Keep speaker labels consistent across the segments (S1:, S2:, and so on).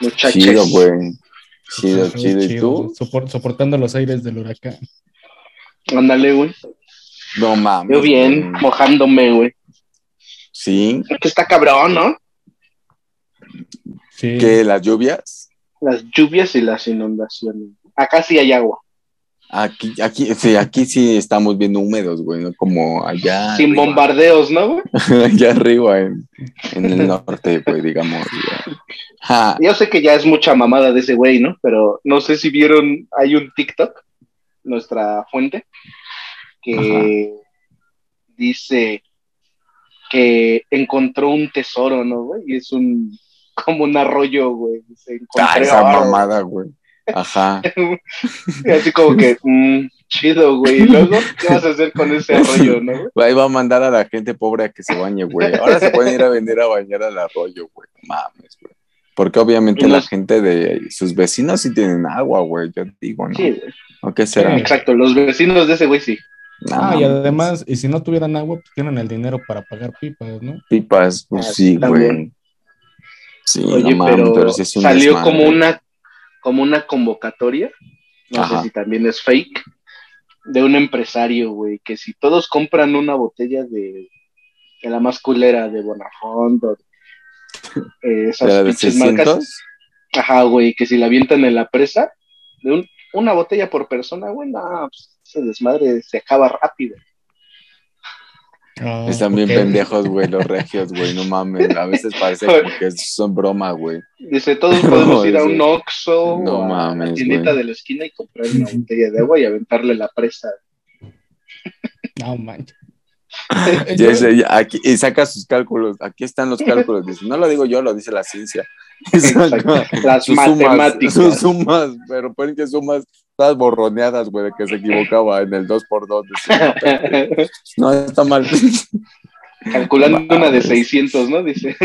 S1: muchachos.
S2: Chido, güey. Chido,
S3: Ajá,
S2: chido. ¿Y tú?
S3: sopor- soportando los aires del huracán.
S1: Ándale, güey.
S2: No mames.
S1: Yo bien,
S2: güey.
S1: mojándome, güey.
S2: Sí,
S1: Que está cabrón, ¿no?
S3: Sí.
S2: que las lluvias.
S1: Las lluvias y las inundaciones. Acá sí hay agua.
S2: Aquí, aquí, sí, aquí sí estamos bien húmedos, güey, ¿no? Como allá.
S1: Sin
S2: arriba.
S1: bombardeos, ¿no, güey?
S2: allá arriba, en, en el norte, pues, digamos. güey. Ja,
S1: Yo sé que ya es mucha mamada de ese güey, ¿no? Pero no sé si vieron, hay un TikTok, nuestra fuente, que dice que encontró un tesoro, ¿no, güey? Y es un, como un arroyo, güey. Dice,
S2: ah,
S1: encontré
S2: esa
S1: oro.
S2: mamada, güey. Ajá.
S1: Y así como que, mm, chido, güey. Y luego, ¿qué vas a hacer con ese arroyo, no, güey?
S2: Ahí va a mandar a la gente pobre a que se bañe, güey. Ahora se pueden ir a vender a bañar al arroyo, güey. No Mames, güey. Porque obviamente
S1: Y
S2: la
S1: los-
S2: gente de sus vecinos sí tienen agua, güey. Yo digo, ¿no?
S1: Sí, güey.
S2: ¿O qué será?
S3: Sí.
S1: Exacto, los vecinos de ese güey sí.
S2: No
S3: Ah, y
S2: mames.
S3: además, y si no tuvieran agua, pues tienen el dinero para pagar pipas, ¿no?
S2: Pipas, pues
S1: Ah,
S2: sí, güey.
S1: también.
S2: Sí,
S1: Oye,
S2: no mames,
S1: pero,
S2: pero sí es un
S1: salió
S2: desmadre.
S1: como una, como una convocatoria, no
S2: Ajá.
S1: sé si también es fake, de un empresario, güey, que si todos compran una botella de, de la más culera de Bonafont o eh,
S2: ¿De la
S1: esas
S2: de
S1: pinches marcas,
S2: 600?
S1: ajá, güey, que si la avientan en la presa, de un- una botella por persona, güey, no, pues, ese desmadre se acaba rápido.
S3: Ah,
S2: Están bien
S3: ok.
S2: pendejos, güey, los regios, güey, no mames. A veces parece como que son broma, güey.
S1: Dice, todos podemos ir a un
S2: No,
S1: Oxxo
S2: no
S1: o a
S2: mames,
S1: la tiendita
S2: güey.
S1: de la esquina y comprar una botella de agua y aventarle la presa.
S3: No manches.
S2: Ya sé, ya, aquí- y saca sus cálculos. Aquí están los cálculos. Dice, no lo digo yo, lo dice la ciencia. Y saca
S1: Exacto. Las
S2: sus sumas,
S1: matemáticas.
S2: sus sumas, pero ponen que sumas todas borroneadas, güey, de que se equivocaba en el 2x2. No, está mal.
S1: Calculando
S2: Mames.
S1: una de 600, ¿no? Dice.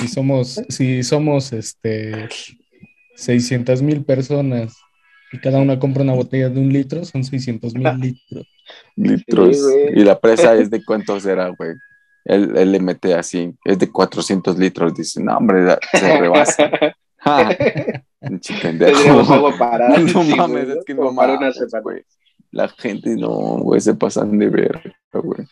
S3: Si somos, si somos este 600 mil personas y cada una compra una botella de un litro, son 600
S2: Ah,
S3: mil litros.
S2: Litros.
S1: Sí, güey.
S2: y la presa es de cuánto será, güey. Él, él le mete así, es de 400 litros. Dice, no, hombre, la- se rebasa. Ja, pinche pendejo.
S1: Tendríamos agua para.
S2: No
S1: sí,
S2: mames,
S1: güey,
S2: es que
S1: como
S2: no
S1: para una
S2: mames,
S1: semana.
S2: güey. La gente no, güey, se pasan de verga, güey.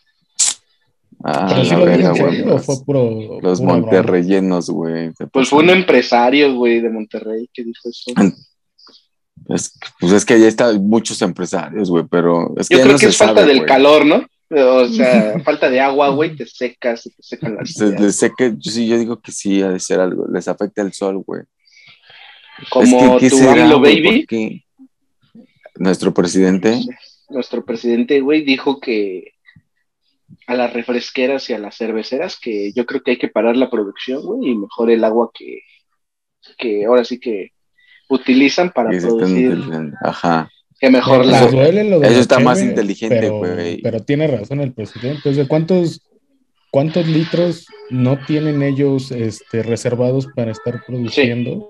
S2: Ah,
S3: ¿Pero sí
S2: la
S3: lo
S2: verga,
S3: vieron
S2: güey.
S3: serio o
S2: Los,
S3: fue puro.
S2: los
S3: pura broma?
S2: monterreyenos, güey. se
S1: Pues fue un
S2: pasan.
S1: empresario, güey, de Monterrey que dijo eso.
S2: Es, pues es que ya están muchos empresarios, güey, pero es que
S1: Yo
S2: ya
S1: creo
S2: no
S1: que
S2: se
S1: es falta
S2: sabe,
S1: del
S2: güey.
S1: calor, ¿no? O sea, falta de agua, güey, te secas, te secan las
S2: Se-
S1: ideas.
S2: les Pues, sé que, yo sí, yo digo que sí, ha de ser algo, les afecta el sol, güey.
S1: Como
S2: ¿qué
S1: tu
S2: será,
S1: AMLO
S2: güey?
S1: Baby,
S2: ¿Por qué? Nuestro presidente,
S1: nuestro presidente, güey, dijo que a las refresqueras y a las cerveceras que yo creo que hay que parar la producción, güey, y mejor el agua que, que ahora sí que utilizan para
S2: que se están
S1: producir,
S2: utilizando. ajá.
S1: que mejor
S3: Nos
S1: la...
S3: Pues, duele lo de
S2: eso
S3: la
S2: está más
S3: cheve,
S2: inteligente,
S3: pero-
S2: güey.
S3: Pero tiene razón el presidente. O sea, ¿cuántos, cuántos litros no tienen ellos este, reservados para estar produciendo?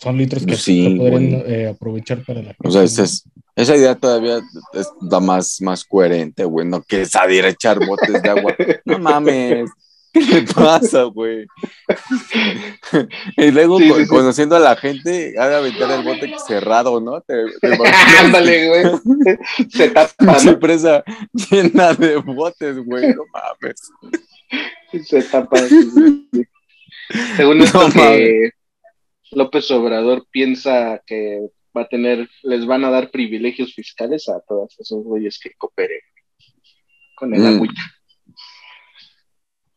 S3: Son litros que
S2: Pues Sí,
S3: se podrían
S2: güey.
S3: eh, aprovechar para la
S2: O sea, este esa,
S3: gente,
S2: es- esa idea todavía es- da más, más coherente, güey. No que salir a echar botes de agua. No mames. ¿Qué le pasa, güey? y luego,
S1: Sí,
S2: con-
S1: sí, sí.
S2: conociendo a la gente, ha de aventar el bote cerrado, ¿no? Te, te imaginas
S1: Ándale, güey. Se tapa,
S2: Pinche
S1: ¿no?
S2: presa llena de botes, güey. No mames.
S1: Se tapa. Según esto
S2: No,
S1: que López Obrador piensa que va a tener, les van a dar privilegios fiscales a todos esos güeyes que cooperen con el
S2: Mm.
S1: agüita.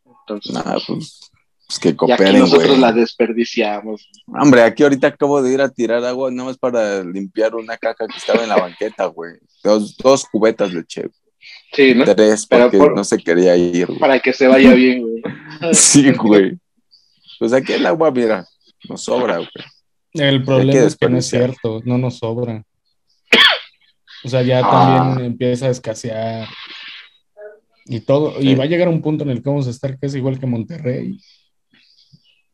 S1: Entonces,
S2: Nah, pues, pues que
S1: y aquí
S2: cooperen,
S1: nosotros
S2: güey.
S1: la desperdiciamos.
S2: Hombre, aquí ahorita acabo de ir a tirar agua nada más para limpiar una caca que estaba en la banqueta, güey. Dos, dos cubetas de che,
S1: Sí, ¿no?
S2: tres,
S1: Pero
S2: porque
S1: por-
S2: no se quería ir. güey.
S1: Para que se vaya bien, güey.
S2: Sí, güey. Pues aquí el agua, mira, nos sobra, güey.
S3: El problema
S2: Hay que
S3: es que no es
S2: desperdiciar.
S3: cierto, no nos sobra. O sea, ya
S2: Ah.
S3: también empieza a escasear y todo, y
S2: Sí.
S3: va a llegar un punto en el que vamos a estar que es igual que Monterrey.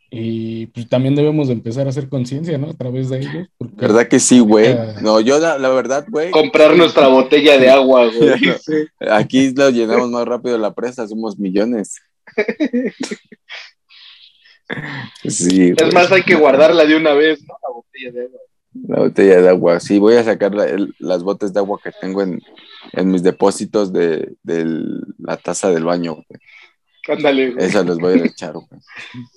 S3: Y pues, también debemos de empezar a hacer conciencia, ¿no? A través de ellos, porque
S2: ¿Verdad que sí, güey? No, yo la, la verdad, güey,
S1: Comprar nuestra botella de agua, güey.
S2: Ya no. aquí lo llenamos más rápido la presa, somos millones. Sí,
S1: Es más, hay que guardarla de una vez, ¿no? La botella de agua.
S2: La botella de agua. Sí, voy a sacar la- el- las botes de agua que tengo en, en mis depósitos de, de la taza del baño. güey.
S1: Ándale, güey.
S2: Esas las voy a echar, güey.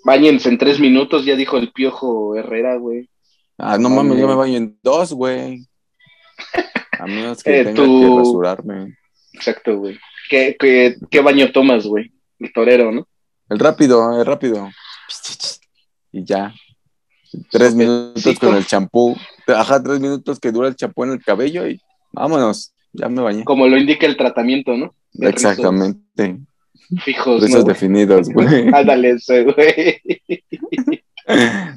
S1: Báñense en tres minutos, ya dijo el piojo Herrera, güey.
S2: Ah, no
S3: Vale.
S2: mames, yo me baño en dos, güey. A menos que
S1: Eh,
S2: tenga
S1: tú-
S2: que rasurarme.
S1: Exacto, güey. ¿Qué, qué, qué baño tomas, güey? El torero, ¿no?
S2: El rápido, el rápido. Y ya. Tres minutos
S1: Sí,
S2: con
S1: como-
S2: el champú. Ajá, tres minutos que dura el champú en el cabello y vámonos. Ya me bañé.
S1: Como lo indica el tratamiento, ¿no? de rizos.
S2: Exactamente.
S1: Fijos,
S2: Rizos
S1: ¿no? güey?
S2: definidos, güey.
S1: Ándale, ese, güey.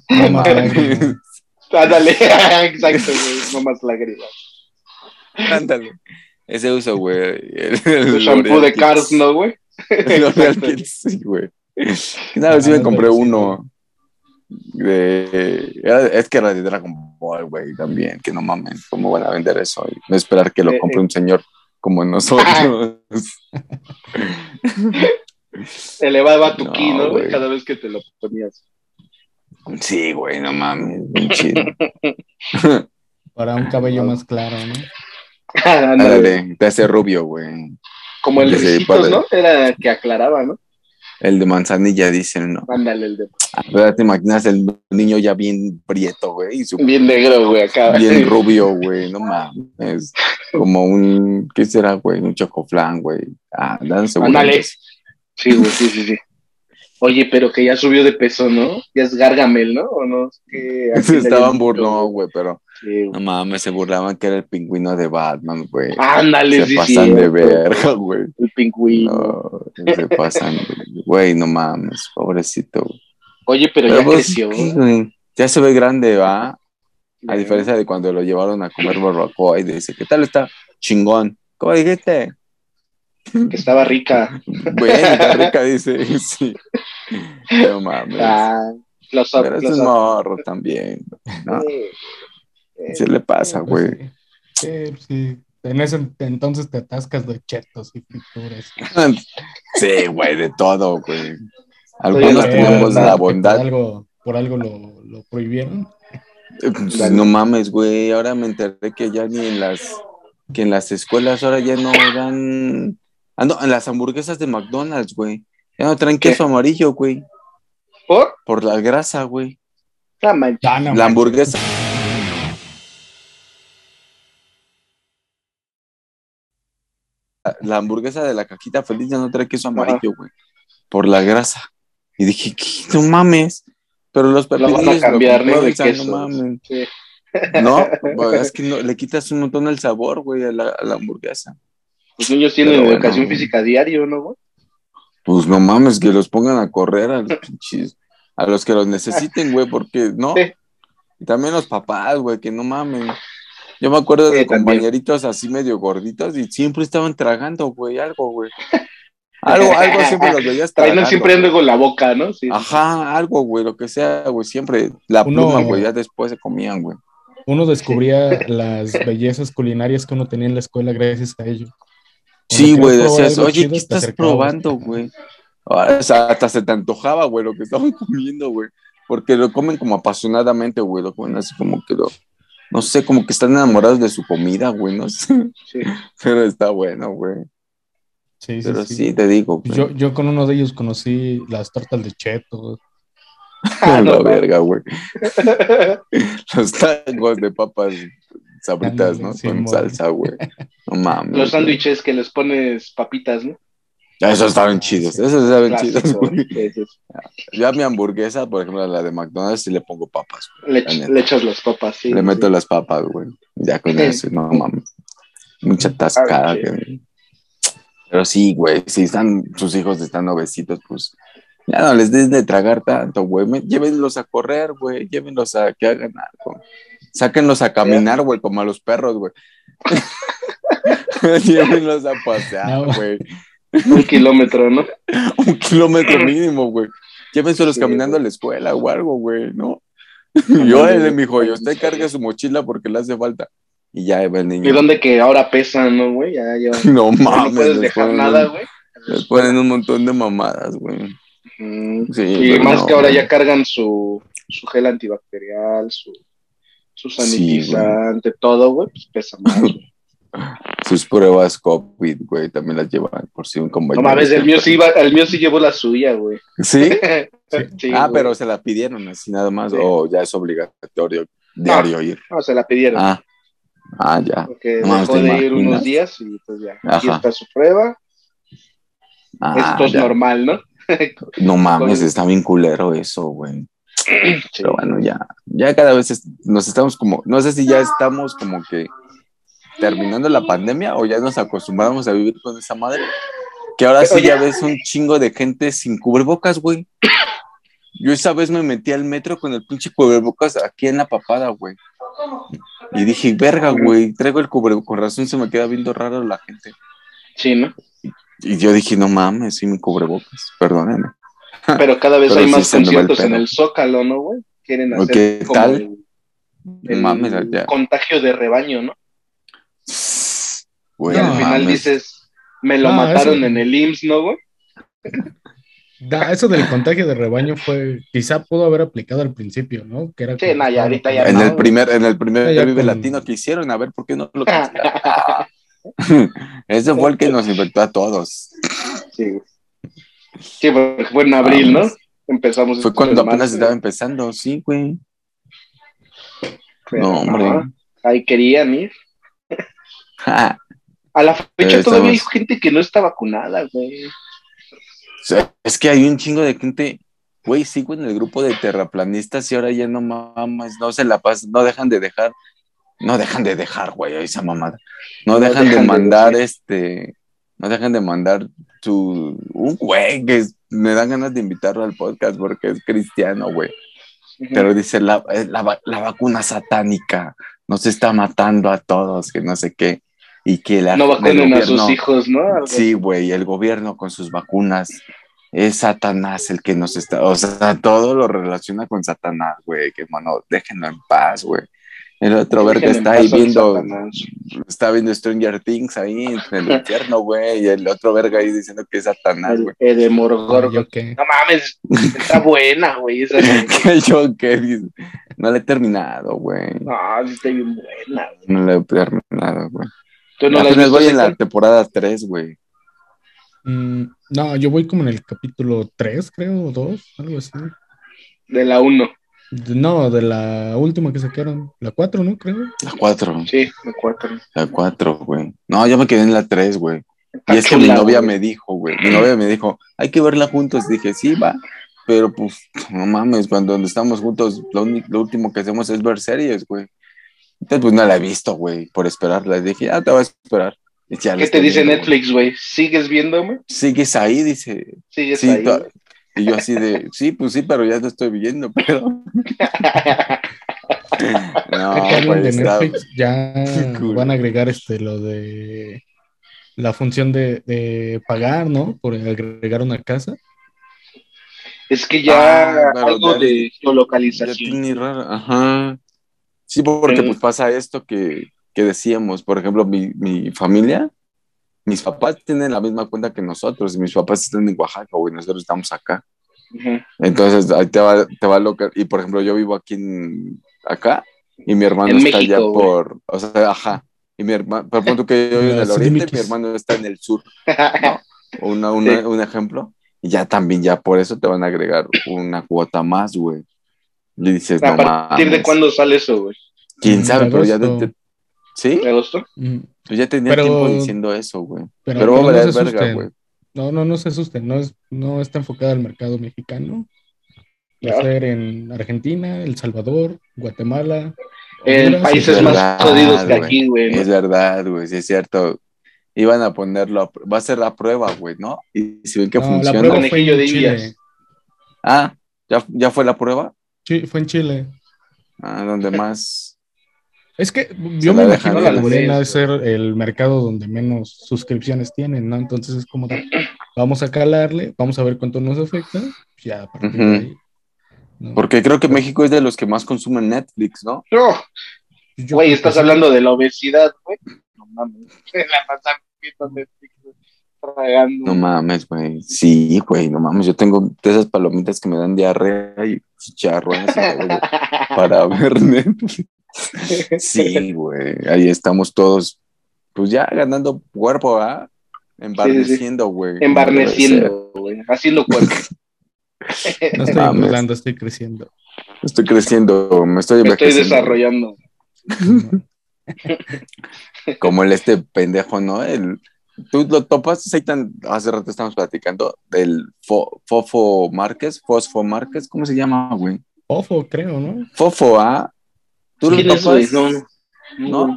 S3: No
S2: No
S3: mames.
S2: mames.
S1: Ándale, exacto, güey. No más lágrimas.
S2: Ándale. Ese uso, güey. El,
S1: Tu
S2: el
S1: shampoo
S2: L'Oreal
S1: de
S2: Kids.
S1: Cars, ¿no, güey?
S2: El L'Oreal
S1: Exacto.
S2: Kids, sí, güey. Una vez sí
S3: Ah,
S2: me compré
S3: ándale, sí,
S2: uno. de- era- es que era de Dragon Ball, güey, también. Que no mamen. ¿Cómo van a vender eso? Y no esperar que lo
S1: Eh,
S2: compre un señor como nosotros.
S1: Elevaba tu ki,
S2: No,
S1: ¿no, güey?
S2: güey.
S1: Cada vez que te lo ponías.
S2: sí, güey, no mames. Bien chido.
S3: Para un cabello más claro, ¿no?
S1: Ándale.
S2: Ándale, te hace rubio, güey.
S1: Como el
S2: Sí, sí,
S1: Ricitos,
S2: padre.
S1: ¿no? Era que aclaraba, ¿no?
S2: El de manzanilla, dicen, ¿no?
S1: Ándale, el de.
S2: ¿Verdad? ¿Te imaginas el niño ya bien prieto, güey? Y su
S1: Bien negro, güey, acá.
S2: bien rubio, güey, no mames. Como un, ¿qué será, güey? Un chocoflán, güey. Ah, dan
S1: Ándale. Sí, güey, sí, sí, sí. Oye, pero que ya subió de peso, ¿no? Ya es Gargamel, ¿no? ¿O no? Que
S2: Se estaban burlando, güey, pero
S1: Sí,
S2: no
S1: güey.
S2: mames, se burlaban que era el pingüino de Batman, güey.
S1: Ándale,
S2: se
S1: Ah, sí, sí.
S2: pasan de
S1: güey.
S2: verga, güey.
S1: El pingüino.
S2: No, se pasan, de- güey, no mames, pobrecito. güey.
S1: Oye, pero, ya
S2: pues,
S1: creció.
S2: ¿qué, güey? Ya se ve grande, va. A
S1: Ya.
S2: diferencia de cuando lo llevaron a comer barbacoa y dice, ¿qué tal está? Chingón. ¿Cómo dijiste?
S1: Que estaba rica.
S2: Güey, está rica, dice. Sí. No mames.
S1: Ah, los up,
S2: Pero es
S1: los
S2: un
S1: up.
S2: morro también. ¿no?
S1: Eh, eh,
S2: Se le pasa,
S3: Sí, pues,
S2: güey.
S3: Sí, Sí, sí. En ese entonces te atascas de chetos y pinturas.
S2: Sí, güey, de todo, güey.
S1: Oye,
S2: Algunos
S1: güey,
S2: tenemos
S1: ¿verdad?
S2: la
S3: Por
S2: bondad.
S3: algo, por algo lo, lo prohibieron.
S2: Eh, pues,
S1: Dale.
S2: No mames, güey. Ahora me enteré que ya ni en las que en las escuelas ahora ya no dan. Ah, no, en las hamburguesas de McDonald's, güey. Ya no traen
S1: ¿Qué?
S2: queso amarillo, güey.
S1: ¿Por?
S2: Por la grasa, güey.
S1: La mancha.
S3: Ah, no,
S2: La hamburguesa. La hamburguesa de la cajita feliz ya no trae queso amarillo, güey. Por la grasa. Y dije, ¿qué? no mames. Pero los
S1: van a
S2: pepinillos
S1: cambiar, ¿no? De
S2: compensan,
S1: queso.
S2: No, mames.
S1: Sí.
S2: No, pues, es que no, le quitas un montón el sabor, güey, a la, a la hamburguesa.
S1: Los niños tienen
S2: Pero bueno,
S1: educación
S2: güey.
S1: física diario, ¿no, güey?
S2: Pues no mames, que los pongan a correr a los pinches, a los que los necesiten, güey, porque no.
S1: Sí.
S2: Y también los papás, güey, que no mamen. Yo me acuerdo de
S1: Sí, también.
S2: compañeritos así medio gorditos y siempre estaban tragando, güey, algo, güey. Algo, algo siempre los veías
S1: Traen
S2: tragando.
S1: siempre ando con la boca, ¿no? Sí.
S2: Ajá, algo, güey, lo que sea, güey, siempre. La
S3: Uno-
S2: pluma, güey, ya después se comían, güey.
S3: Uno descubría las bellezas culinarias que uno tenía en la escuela gracias a ello. Cuando
S2: Sí, güey,
S3: querías probar
S2: decías,
S3: algo
S2: oye,
S3: chido,
S2: ¿qué
S3: te
S2: estás
S3: acercabas".
S2: probando, güey? Ah, o sea, hasta se te antojaba, güey, lo que estaban comiendo, güey. Porque lo comen como apasionadamente, güey, lo comen así como que lo... No sé, como que están enamorados de su comida, güey, no sé.
S1: Sí.
S2: Pero está bueno, güey.
S3: Sí, sí,
S2: Pero
S3: sí.
S2: sí, te digo, güey.
S3: Yo, yo con uno de ellos conocí las tortas de cheto.
S1: Ah, no,
S2: la
S1: no.
S2: verga, güey. Los tacos de papas sabritas,
S3: Ándale,
S2: ¿no?
S3: sí,
S2: Con
S3: mole.
S2: salsa, güey. No mames.
S1: Los
S2: güey. Ah,
S1: sándwiches que les pones papitas, ¿no?
S2: Esos estaban chidos, esos estaban chidos,
S1: Clásico,
S2: güey.
S1: güey. Sí, sí.
S2: Yo a mi hamburguesa, por ejemplo, a la de McDonald's, sí le pongo papas, güey.
S1: Le,
S2: La neta.
S1: le echas las papas, sí.
S2: Le
S1: sí.
S2: meto las papas, güey. Ya con eso, no mames. Mucha tascada.
S1: Ah, sí.
S2: güey. Pero sí, güey, si están, sus hijos están obesitos, pues ya no les des de tragar tanto, güey. Me- Llévenlos a correr, güey. Llévenlos a que hagan algo. Sáquenlos a caminar, güey, como a los perros, güey. Llévenlos a pasear,
S3: No.
S2: güey.
S1: Un kilómetro, ¿no?
S2: Un kilómetro mínimo, güey. Llévenselos
S1: Sí,
S2: caminando
S1: güey.
S2: a la escuela o algo, güey, ¿no? Y órale, mijo, y usted cargue su mochila porque le hace falta. Y ya va el niño.
S1: Y donde que ahora pesan, ¿no, güey? Ya, ya. No
S2: No mames.
S1: puedes
S2: les
S1: dejar
S2: ponen
S1: nada,
S2: un-
S1: güey.
S2: Les ponen un montón de mamadas, güey.
S1: Mm, sí, y más no, que ahora ya cargan su, su gel antibacterial, su, su sanitizante, sí, todo, güey, pues pesa más. Wey.
S2: Sus pruebas COVID, güey, también las llevan por si un compañero.
S1: No mames, el mío sí, iba, el mío sí llevó la suya, güey.
S2: ¿Sí? sí ah, wey. pero se la pidieron así nada más, o oh, ya es obligatorio diario
S1: no,
S2: ir.
S1: No, se la pidieron.
S2: Ah, ah ya.
S1: Porque no dejó de imaginas. ir unos días y pues ya, Ajá. aquí está su prueba. Ah, Esto es ya. normal, ¿no?
S2: no mames, está bien culero eso, güey. Sí. Pero bueno, ya, ya cada vez es, nos estamos como, no sé si ya estamos como que terminando la pandemia o ya nos acostumbramos a vivir con esa madre. Que ahora Pero sí ya... ya ves un chingo de gente sin cubrebocas, güey. Yo esa vez me metí al metro con el pinche cubrebocas aquí en la papada, güey. Y dije, verga, güey, traigo el cubrebocas, con razón se me queda viendo raro la gente.
S1: Sí, ¿no?
S2: Y yo dije, no mames, sí, mi cubrebocas, perdónenme.
S1: Pero cada vez Pero hay sí más conciertos el en el Zócalo, ¿no, güey? Quieren hacer
S2: ¿Qué
S1: como
S2: tal?
S1: el, el mames, ya. contagio de rebaño, ¿no?
S2: Güey,
S1: y al final mames. dices, me lo
S3: No,
S1: mataron
S3: eso-
S1: en el IMSS, ¿no, güey?
S3: Da, eso del contagio de rebaño fue, quizá pudo haber aplicado al principio, ¿no? Que era "Ah,
S1: Sí,
S3: como-
S1: no, ya ahorita ya
S2: En
S1: no,
S2: el primer, en el primer
S3: Ya
S2: Vive
S3: con-
S2: Latino que hicieron, a ver por qué no lo cancelaron. Ese fue el que nos infectó a todos.
S1: Sí. Sí, porque fue en abril, ¿no?
S2: Vamos.
S1: Empezamos.
S2: Fue
S1: esto
S2: cuando
S1: del
S2: apenas
S1: marzo,
S2: estaba empezando, sí, güey.
S1: pero,
S2: No, hombre.
S1: ajá, Ahí querían ir.
S2: Ja.
S1: A la fecha
S2: Pero
S1: todavía
S2: estamos-
S1: hay gente que no está vacunada, güey.
S2: O sea, es que hay un chingo de gente, güey, sigo en el grupo de terraplanistas y ahora ya no mames, no se la pasan, no dejan de dejar, no dejan de dejar, güey, esa mamada. No,
S1: No
S2: dejan,
S1: dejan
S2: de
S1: de
S2: mandar
S1: decir.
S2: este, no dejan de mandar tu, un güey que es- me dan ganas de invitarlo al podcast porque es cristiano, güey.
S1: Mm.
S2: Pero dice la, eh, la va- la vacuna satánica nos está matando a todos, que no sé qué. Y que la
S1: no
S2: el
S1: vacunen a sus
S2: gobierno-
S1: hijos, ¿no? Algo así.
S2: Sí, güey, el gobierno con sus vacunas es Satanás el que nos está, o sea, todo lo relaciona con Satanás, güey, que mano, déjenlo en paz, güey. El otro verga
S1: Déjenme
S2: está
S1: en
S2: ahí
S1: paz al
S2: viendo,
S1: Satanás.
S2: está viendo Stranger Things ahí en el infierno, güey, y el otro verga ahí diciendo que es Satanás,
S1: El
S2: güey.
S3: Ay,
S1: Edemorgorgon.
S3: yo qué.
S1: No mames, está buena, güey. Esa
S2: Que yo que dice, no le he terminado, güey.
S1: No, sí está bien buena. güey.
S2: No le he terminado, güey.
S1: ¿Tú no la has
S2: Apenas
S1: visto,
S2: voy en la
S1: Seco?
S2: temporada 3, güey.
S3: Mm, no, yo voy como en el capítulo 3, creo, o 2, algo así.
S1: De la 1.
S3: De- No, de la última que sacaron, la 4, ¿no? Creo.
S2: La 4,
S1: Sí, de 4.
S2: la 4, güey. No, yo me quedé en la 3, güey. Y es que mi novia me dijo, güey, mi novia me dijo, hay que verla juntos. Dije, sí, va, pero pues, no mames, cuando estamos juntos, lo, uni- lo último que hacemos es ver series, güey. Entonces, pues no la he visto, güey, por esperarla. Dije, ya te voy a esperar. Y ya la
S1: ¿Qué te
S2: estoy
S1: dice
S2: viendo, güey.
S1: Netflix, güey? ¿Sigues viéndome?
S2: Sigues ahí, dice.
S1: ¿Sigues
S2: Sí,
S1: ahí?
S2: to- y yo así de, sí, pues sí, pero ya te estoy viendo, pero. no,
S3: Ya que hablan
S2: güey,
S3: de
S2: está-
S3: Netflix, ya
S2: cool.
S3: van a agregar este, lo de la función de, de pagar, ¿no? Por agregar una casa.
S1: Es que ya
S2: Ah, claro,
S1: algo
S2: ya-
S1: de
S2: Ya
S1: geolocalización.
S2: tiene raro, ajá. Sí, porque
S1: Sí.
S2: pues pasa esto que, que decíamos, por ejemplo, mi, mi familia, mis papás tienen la misma cuenta que nosotros, y mis papás están en Oaxaca, güey, nosotros estamos acá.
S1: Ujú.
S2: Entonces, ahí te va, te va lo que, y por ejemplo, yo vivo aquí en, acá, y mi hermano
S1: En
S2: está
S1: México,
S2: allá
S1: güey.
S2: por, o sea, ajá, y mi hermano, por ejemplo, que yo vivo en el
S3: Las
S2: oriente,
S3: CDMX.
S2: mi hermano está en el sur, ¿no? Una- una-
S1: Sí.
S2: Un ejemplo, y ya también, ya por eso te van a agregar una cuota más, güey. Y dices,
S1: ¿A
S2: no
S1: partir de
S2: mames.
S1: cuándo sale eso, güey?
S2: ¿Quién sabe?
S3: De
S2: Pero ya,
S3: Mm, agosto.
S2: te- te- ¿Sí?
S1: ¿De agosto?
S3: Mm,
S2: Pues ya tenía
S3: Pero-
S2: tiempo diciendo eso, güey. Pero,
S3: Pero, pero
S2: va a
S3: no
S2: valer
S3: se
S2: verga,
S3: asusten.
S2: güey.
S3: No, no, no se asusten. No, es, no está enfocada al mercado mexicano. Va
S1: Ya.
S3: a ser en Argentina, El Salvador, Guatemala.
S1: En
S3: Honduras.
S1: países
S2: es
S1: más
S2: verdad,
S1: jodidos que
S2: güey.
S1: aquí, güey. ¿no?
S2: Es verdad, güey, sí es cierto. Iban a ponerlo, a pr- va a ser la prueba, güey, ¿no? Y si ven que
S3: No, Ah, la
S2: funciona.
S3: prueba fue
S1: Conejillo de
S3: en Chile.
S1: Indias.
S2: Ah, ¿ya, ya fue la prueba?
S3: Chi- fue en Chile.
S2: Ah, donde más.
S3: Es que yo
S2: la
S3: me
S2: dejan
S3: imagino
S2: ir
S3: la
S2: a las
S3: Almudena de
S1: seis,
S3: ser el mercado donde menos suscripciones tienen, ¿no? Entonces es como de, vamos a calarle, vamos a ver cuánto nos afecta, pues ya a partir de ahí. ¿no?
S2: Porque creo que México es de los que más consumen Netflix, ¿no?
S1: No,
S3: Pues Yo
S1: güey,
S3: creo que
S1: estás
S3: sí.
S1: hablando de la obesidad, güey. No mames. La pasan viendo Netflix, güey. tragando.
S2: No mames, güey. Sí, güey, no mames. Yo tengo de esas palomitas que me dan diarrea y chicharrones para ver Netflix. Sí, güey. Ahí estamos todos, pues ya ganando cuerpo, ¿ah? Embarneciendo, güey.
S1: Embarneciendo, güey. Haciendo cuerpo.
S3: No estoy
S2: Mames.
S3: engordando, estoy creciendo.
S2: Estoy creciendo, me estoy
S1: Me estoy
S2: envejeciendo.
S1: desarrollando.
S2: Como el este pendejo, ¿no? El, Tú lo topas, Seitan, hace rato estábamos platicando del Fo- Fofo Márquez, Fosfo Márquez, ¿cómo se llama, güey?
S3: Ofo, creo, ¿no?
S2: Fofo, ¿ah? ¿Tú lo
S1: ¿Quién es, güey?
S2: topas?
S1: No, no.
S2: ¿No?
S1: güey.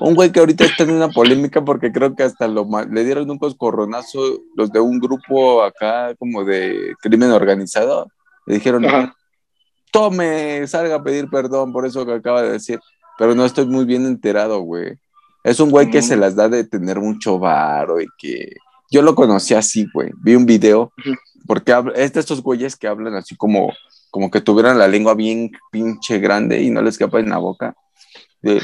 S2: Un güey que ahorita está en una polémica porque creo que hasta lo ma- le dieron un coscorronazo los de un grupo acá como de crimen organizado. Le dijeron,
S1: Ajá.
S2: tome, salga a pedir perdón por eso que acaba de decir. Pero no estoy muy bien enterado, güey. Es un güey que
S1: Mm.
S2: se las da de tener mucho varo y que... Yo lo conocí así, güey. Vi un video
S1: Ujú.
S2: porque habla- es de estos güeyes que hablan así como, como que tuvieran la lengua bien pinche grande y no les quepa en la boca. De,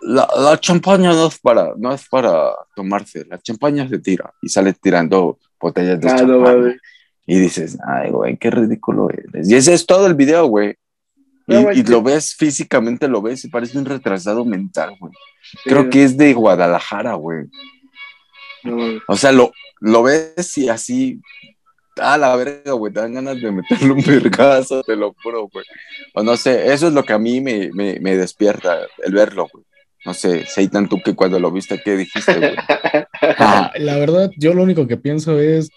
S2: la, la champaña no es, para, no es para tomarse, la champaña se tira y sale tirando botellas de
S1: Ah, no,
S2: champaña.
S1: mames.
S2: Y dices, ay, güey, qué ridículo eres. Y ese es todo el video, güey. Y,
S1: No, güey,
S2: y
S1: sí.
S2: lo ves físicamente, lo ves y parece un retrasado mental, güey.
S1: Sí,
S2: Creo que es de Guadalajara, güey.
S1: no, mames.
S2: O sea, lo, lo ves y así, a la verga, güey, te dan ganas de meterle un vergazo, te lo juro, güey. O no sé, eso es lo que a mí me, me, me despierta, el verlo, güey. No sé, Seitan, tú que cuando lo viste, ¿qué dijiste, güey? Ah,
S3: La verdad, yo lo único que pienso es,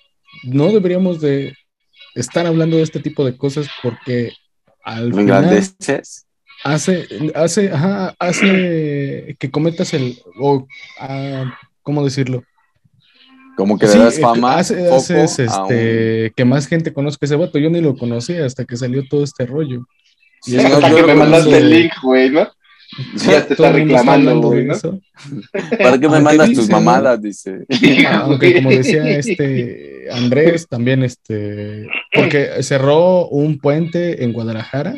S3: no deberíamos de estar hablando de este tipo de cosas porque al
S2: ¿Me
S3: final
S2: engrandeces?
S3: hace, hace, ajá, hace que cometas el, o, ah, ¿cómo decirlo?
S2: Como que
S3: Sí,
S2: le das
S3: eh,
S2: fama,
S3: hace-
S2: foco
S3: haces,
S2: a un-
S3: este, que más gente conozca ese vato. Yo ni lo conocía hasta que salió todo este rollo.
S2: Sí,
S3: es
S2: no,
S1: Hasta
S2: yo
S1: que
S2: lo
S1: me
S2: conozco.
S1: mandaste el link, güey, ¿no? Ya te
S3: Todo
S1: está
S3: el mundo está
S1: reclamando,
S3: hablando de
S1: güey, ¿no?
S3: eso.
S2: ¿Para qué me
S3: Aunque
S2: mandas tus
S3: dice, ¿no?
S2: mamadas? Dice.
S3: Ah, Aunque como decía este Andrés, también este, porque cerró un puente en Guadalajara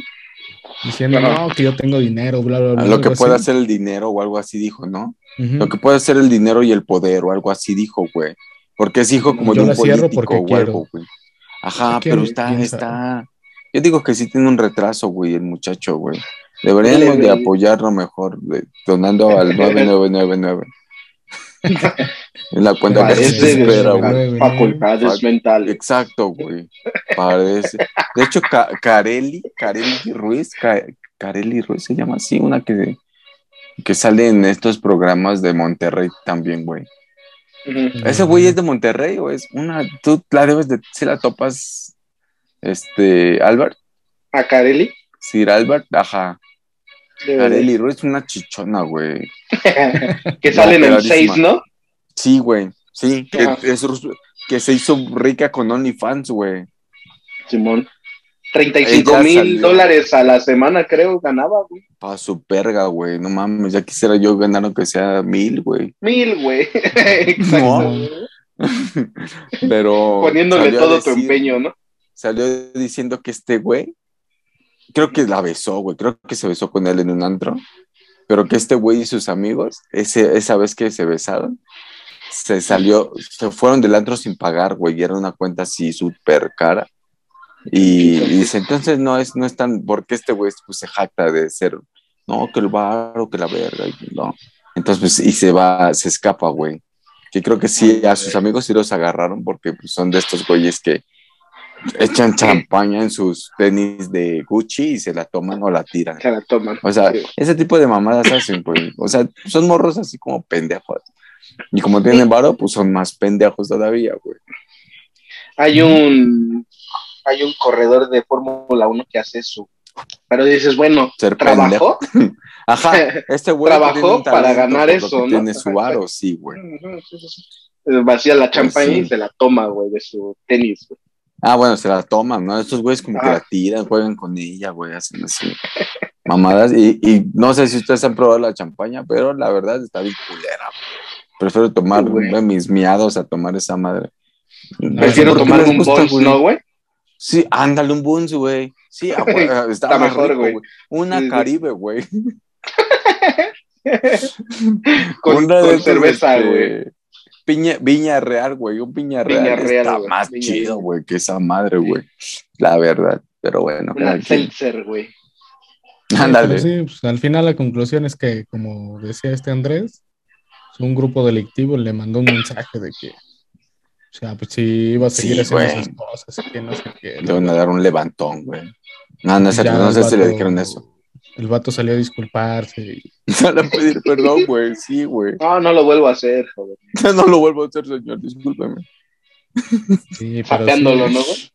S3: diciendo,
S1: Ajá.
S3: no, que yo tengo dinero, bla, bla,
S2: A
S3: bla.
S2: lo que
S3: algo
S2: puede
S3: así.
S2: hacer el dinero o algo así dijo, ¿no?
S3: Ujú.
S2: Lo que puede hacer el dinero y el poder o algo así dijo, güey. Porque es hijo como
S3: Yo
S2: de un
S3: la cierro
S2: político
S3: porque
S2: o algo,
S3: quiero.
S2: güey. Ajá,
S3: Porque
S2: pero
S3: quiero,
S2: está,
S3: quién
S2: está. Yo digo que sí tiene un retraso, güey, el muchacho, güey. Deberíamos de
S1: Debe-
S2: apoyarlo mejor, de- donando al 9999. en la cuenta que se
S1: Parece
S3: Parece
S2: espera,
S3: desesperado.
S2: güey.
S1: de facultades
S2: Fac-
S1: mentales.
S2: Exacto, güey. Parece. De hecho, Ca- Carelli, Carelli Ruiz, Ca- Carelli Ruiz se llama así, una que, que sale en estos programas de Monterrey también, güey.
S1: Ujú.
S2: ¿Ese güey es de Monterrey o es una? Tú la debes de, si la topas, este, Albert,
S1: A Carelli.
S2: Sir Albert, ajá.
S1: debe
S2: Carelli Ruiz, una chichona, güey.
S1: de- que
S2: No,
S1: salen en el
S2: clarísima.
S1: 6, ¿no?
S2: Sí, güey, sí, que,
S1: Ajá.
S2: es rus- que se hizo rica con OnlyFans, güey.
S1: Simón. 35 mil
S2: salió.
S1: dólares a la semana, creo, ganaba, güey.
S2: Pa' su perga, güey. No mames, ya quisiera yo ganar aunque sea mil, güey.
S1: Mil, güey. Exacto.
S2: No.
S1: güey.
S2: Pero.
S1: Poniéndole
S2: salió a
S1: todo tu
S2: decir-
S1: empeño, ¿no?
S2: Salió diciendo que este güey. Creo que la besó, güey. Creo que se besó con él en un antro. Pero que este güey y sus amigos, ese, esa vez que se besaron, se salió, se fueron del antro sin pagar, güey. Y era una cuenta así súper cara. Y, y dice, entonces no es, no es tan, porque este güey pues, se jacta de ser, no, que el bar o que la verga, y no. Entonces, pues, y se va, se escapa, güey. Que creo que sí, a sus amigos sí los agarraron porque pues, son de estos güeyes que echan champaña en sus tenis de Gucci y se la toman o la tiran.
S1: Se la toman.
S2: O sea,
S1: Sí.
S2: ese tipo de mamadas hacen, güey. O sea, son morros así como pendejos. Y como tienen varo, pues son más pendejos todavía, güey.
S1: Hay un hay un corredor de Fórmula 1 que hace eso. Pero dices, bueno,
S2: Ser
S1: trabajó.
S2: pendejo. Ajá, este güey
S1: Trabajó
S2: tiene un
S1: para
S2: talento
S1: ganar
S2: por lo que
S1: eso, ¿no?
S2: Tiene su varo, sí, güey.
S1: Ujú, sí, sí, sí. Eh, Vacía la champaña
S2: sí.
S1: y se la toma, güey, de su tenis, güey.
S2: Ah, bueno, se la toman, ¿no? Estos güeyes como que
S1: Ah.
S2: la tiran, juegan con ella, güey, hacen así mamadas. Y, y no sé si ustedes han probado la champaña, pero la verdad está bien culera. güey. Prefiero tomar
S1: Sí, güey.
S2: mis miados a tomar esa madre. No
S1: Prefiero
S2: sé por qué
S1: tomar
S2: les
S1: un
S2: gusta,
S1: Bonds,
S2: güey.
S1: ¿no, güey?
S2: Sí, ándale un buns, güey. Sí, a hue- está,
S1: Está
S2: más
S1: mejor,
S2: rico,
S1: güey.
S2: güey. Una
S1: Sí, sí.
S2: Caribe, güey.
S1: Con,
S2: Una de
S1: con
S2: esas,
S1: cerveza,
S2: este,
S1: güey.
S2: Piña, Viña Real, güey. Un Viña Real,
S1: Viña Real,
S2: está
S1: güey.
S2: más
S1: Viña
S2: chido,
S1: Real.
S2: güey, que esa madre, güey. La verdad. Pero bueno, cada
S1: Una
S2: quien.
S1: seltzer, güey.
S2: Ándale.
S3: Sí, pues, al final la conclusión es que, como decía este Andrés, pues, un grupo delictivo le mandó un mensaje de que, o sea, pues si iba a seguir
S2: Sí,
S3: haciendo
S2: güey.
S3: esas cosas, y que no sé qué.
S2: Le van a dar un levantón, güey. No, no es cierto,
S3: Ya
S2: no
S3: el
S2: sé si le
S3: vato-
S2: dijeron eso.
S3: El vato salió a disculparse y
S2: No le pedir perdón, güey. Sí, güey.
S1: No, no lo vuelvo a hacer, joder.
S2: No lo vuelvo a hacer, señor, discúlpeme.
S1: Ah,
S3: sí, pero sí,
S1: Fateándolo, ¿no, güey?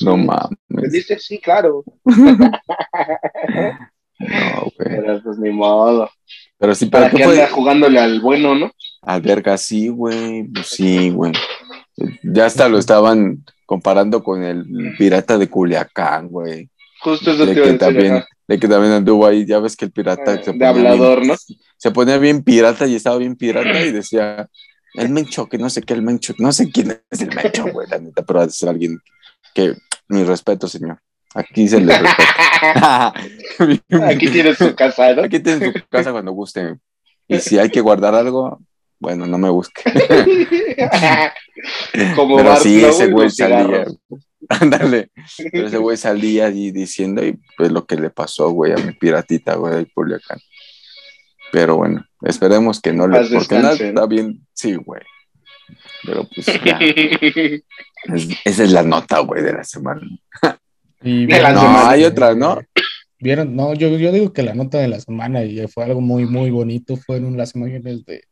S2: No
S1: Me
S2: mames.
S1: dice, sí, claro.
S2: No, güey.
S1: Pero pues ni modo.
S2: Pero sí,
S1: Para
S2: ¿para
S1: que
S2: qué
S1: anda
S2: fue?
S1: jugándole al bueno, ¿no?
S2: Alberga, Ah, sí, güey. Pues sí, güey. Ya hasta lo estaban comparando con el pirata de Culiacán, güey.
S1: Justo es lo
S2: De
S1: que iba a
S2: que
S1: decir.
S2: también,
S1: ajá.
S2: de que también anduvo ahí. Ya ves que el pirata
S1: Eh,
S2: se
S1: de
S2: ponía bien-
S1: hablador, ¿no?
S2: se ponía bien pirata y estaba bien pirata y decía el Mencho, que no sé qué, el Mencho, no sé quién es el Mencho, güey, la neta, pero ha de ser alguien que, mi respeto, señor. Aquí se le respeta.
S1: Aquí tienes su casa, ¿no?
S2: Aquí tiene su casa cuando guste. Y si hay que guardar algo, bueno, no me busque.
S1: Como
S2: pero
S1: Bart,
S2: sí,
S1: ¿no,
S2: ese güey
S1: Los
S2: salía.
S1: cigarros.
S2: Ándale. Pero ese güey salía y diciendo, y pues lo que le pasó, güey, a mi piratita, güey, del Culiacán. Pero bueno, esperemos que no le.
S1: Paz
S2: Porque nada
S1: descanse, ¿no?
S2: está bien, sí, güey. Pero pues ya. Es- esa es la nota, güey, de la semana.
S3: y
S1: De la
S2: no,
S1: semana.
S2: hay otra, ¿no?
S3: Vieron, no, yo, yo digo que la nota de la semana y fue algo muy, muy bonito, fueron las imágenes de,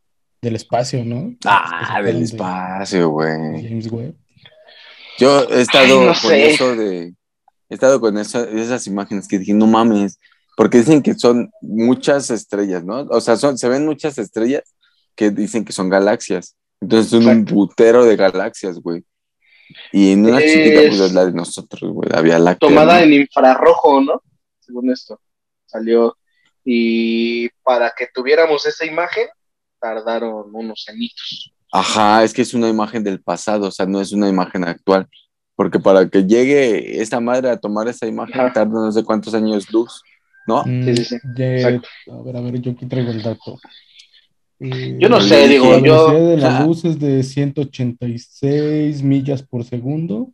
S3: del espacio, ¿no? Que
S2: Ah,
S3: se
S2: del
S3: fueron
S2: espacio,
S3: de
S2: güey.
S3: James Webb.
S2: Yo he estado
S1: Ay, no
S2: con
S1: sé.
S2: eso de. He estado con eso- esas imágenes que dije, no mames. Porque dicen que son muchas estrellas, ¿no? O sea, son, se ven muchas estrellas que dicen que son galaxias. Entonces son un
S1: Exacto.
S2: putero de galaxias, güey. Y en una
S1: Es-
S2: chiquita, pues es la de nosotros, güey. La Vía Láctea.
S1: Tomada
S2: ¿no?
S1: en infrarrojo, ¿no? Según esto. Salió. Y para que tuviéramos esa imagen, tardaron unos añitos.
S2: Ajá, es que es una imagen del pasado, o sea, no es una imagen actual. Porque para que llegue esta madre a tomar esa imagen,
S1: Ajá.
S2: tarda no sé cuántos años luz, ¿no?
S3: Mm,
S1: sí, sí.
S3: de-
S1: Exacto.
S3: a ver, a ver, yo aquí traigo el dato. Eh,
S1: Yo no
S2: sé, digo,
S3: La
S1: yo-
S3: velocidad de la
S2: Ah.
S3: luz es de 186 millas por segundo.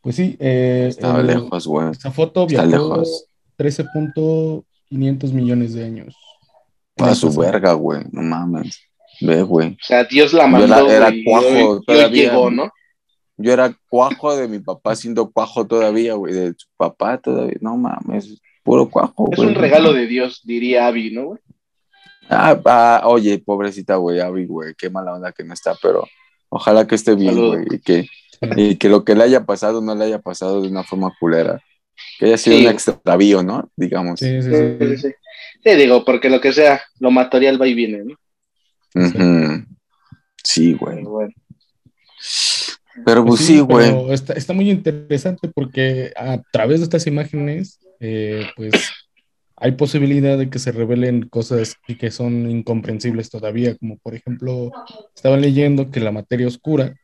S3: Pues sí, eh,
S2: Estaba
S3: el-
S2: lejos, güey.
S3: esta foto
S2: Está
S3: viajó
S2: lejos.
S3: 13.500 millones de años.
S2: Para su
S3: Entonces,
S2: verga, güey. No mames. Ve, güey.
S1: O sea, Dios la
S2: Yo
S1: mandó.
S2: la- era
S1: güey, y
S2: cuajo,
S1: hoy- y hoy
S2: todavía.
S1: llegó, ¿no?
S2: Yo era cuajo de mi papá siendo cuajo todavía, güey. De su papá todavía. No mames. Puro cuajo,
S1: Es
S2: güey.
S1: un regalo de Dios, diría Abby, ¿no, güey?
S2: Ah, ah, oye, pobrecita, güey, Abby, güey, qué mala onda que no está, pero ojalá que esté bien,
S1: Saludos.
S2: güey, y que, y que lo que le haya pasado no le haya pasado de una forma culera, que haya sido
S1: Sí.
S2: un extravío, ¿no? Digamos.
S3: sí, sí, sí.
S1: Sí, sí. Te digo, porque lo que sea, lo material va y viene, ¿no?
S2: Ujú. Sí, güey.
S1: Pero bueno.
S2: Pero pues sí, güey.
S3: pero Está, está muy interesante porque a través de estas imágenes, eh, pues hay posibilidad de que se revelen cosas y que son incomprensibles todavía, como por ejemplo, estaba leyendo que la materia oscura,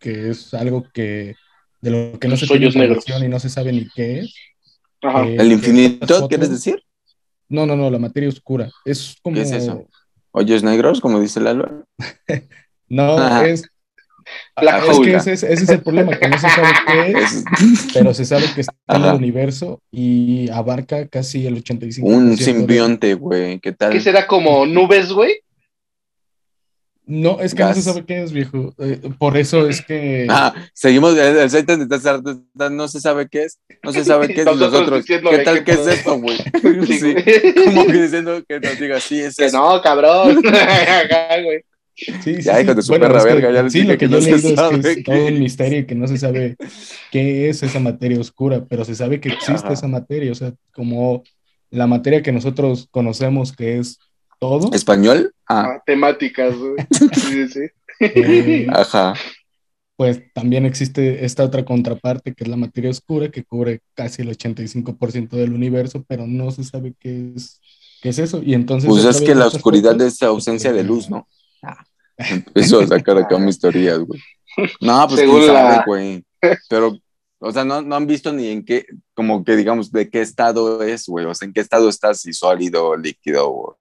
S3: que es algo que de lo que no
S1: Los
S3: se tiene
S1: hoyos negros.
S3: información y no se sabe ni qué es.
S1: Ajá.
S3: eh,
S2: ¿El
S3: que estas
S2: infinito
S3: fotos-
S2: quieres decir?
S3: No, no, no, la materia oscura. Es como...
S2: es eso? ¿Hoyos negros, como dice Lalo?
S3: No,
S2: Ajá.
S3: es... Ah,
S1: Black
S3: es
S1: hole.
S3: que ese, es- ese es el problema, que no se sabe qué es.
S2: Es
S3: pero se sabe que está en
S2: Ajá.
S3: el universo y abarca casi el 85%.
S2: un
S3: de-
S2: simbionte, güey, ¿qué tal?
S1: ¿Qué será como nubes, güey?
S3: No, es que no
S2: Gas.
S3: se sabe qué es, viejo. Eh, por eso es que.
S2: Ah, seguimos, el, el Satan está harto, está- no se sabe qué es, no se sabe qué es, y
S1: Nosotros
S2: nosotros,
S1: diciéndole
S2: ¿qué tal
S1: qué
S2: qué es
S1: pedo.
S2: esto, güey?
S1: Sí,
S2: Sí,
S1: güey.
S2: como que diciendo que nos diga, sí, es
S1: Que
S2: eso.
S1: no, cabrón. Ajá, güey.
S3: sí, sí,
S2: ya,
S3: sí.
S2: hijo de su
S3: Bueno,
S2: perra
S3: es que-
S2: verga, ya les
S3: Sí,
S2: dije
S3: lo
S2: que
S3: que
S2: no
S3: yo
S2: se
S3: he leído es
S2: sabe
S3: que
S2: qué
S3: es todo
S2: es.
S3: un misterio y que no se sabe qué es esa materia oscura, pero se sabe que existe
S2: Ajá.
S3: esa materia. O sea, como la materia que nosotros conocemos que es todo.
S2: ¿Español? Ah,
S1: Matemáticas, güey. Sí, sí, sí.
S3: eh,
S2: ajá.
S3: pues también existe esta otra contraparte que es la materia oscura que cubre casi el 85% del universo, pero no se sabe qué es, qué es eso. Y entonces
S2: Pues
S3: a
S2: es
S3: través
S2: que
S3: de
S2: la
S3: estas
S2: oscuridad
S3: fotos,
S2: es ausencia de luz, ¿no? Ah, Empiezo a sacar acá mis teorías, güey. No, pues
S1: Según
S2: quién sabe,
S1: la-
S2: güey. Pero, o sea, no, no han visto ni en qué, como que digamos, de qué estado es, güey. O sea, en qué estado está, si sólido, líquido, o,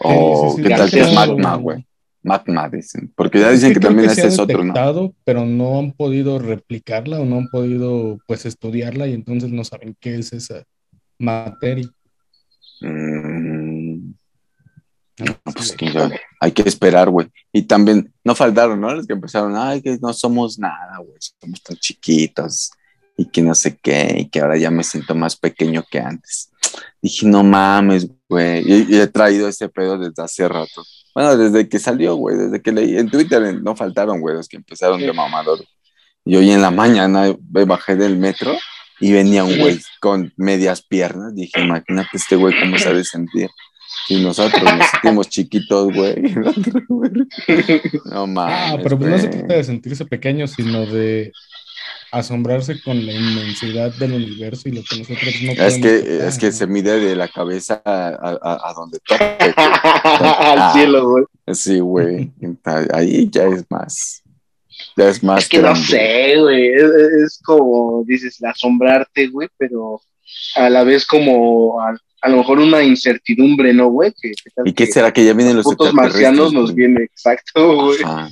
S2: o oh, qué
S3: sí, sí,
S1: sí,
S2: tal
S1: sí,
S2: que es
S1: sí.
S2: magma, güey. Magma, dicen. Porque ya dicen que,
S3: creo
S2: también
S3: se
S2: ese
S3: ha
S2: es otro, ¿no?
S3: detectado, Pero no han podido replicarla o no han podido pues estudiarla y entonces no saben qué es esa materia.
S2: Mm, no, pues
S3: Así
S2: que yo- hay que esperar, güey. Y también no faltaron, ¿no? Los que empezaron, ay, que no somos nada, güey, somos tan chiquitos y que no sé qué, y que ahora ya me siento más pequeño que antes. Dije, no mames, güey. Y, y he traído ese pedo desde hace rato. Bueno, desde que salió, güey, desde que leí en Twitter, en- no faltaron, güey, los que empezaron
S1: Sí.
S2: de mamador. Y hoy en la mañana me bajé del metro y venía un güey con medias piernas. Dije, imagínate este güey cómo se ha de sentir. Y nosotros nos sentimos chiquitos, güey. No mames.
S3: Ah, pero pues no se
S2: güey.
S3: trata de sentirse pequeño, sino de asombrarse con la inmensidad del universo y lo que nosotros no
S2: Es
S3: podemos
S2: que,
S3: tocar,
S2: es que
S3: ¿no?
S2: se mide de la cabeza a, a- a donde tope. Ah.
S1: Al cielo, güey.
S2: güey. Sí, güey. Ahí ya es más. Ya es más.
S1: Es que no
S2: grande.
S1: sé, güey. Es, es como, dices, asombrarte, güey, pero a la vez como a, a lo mejor una incertidumbre, ¿no, güey? Que, que tal
S2: ¿Y qué
S1: que
S2: será que ya vienen los
S1: los putos marcianos nos
S2: extraterrestres,
S1: vienen, exacto,
S2: güey?
S1: güey.
S2: Ajá.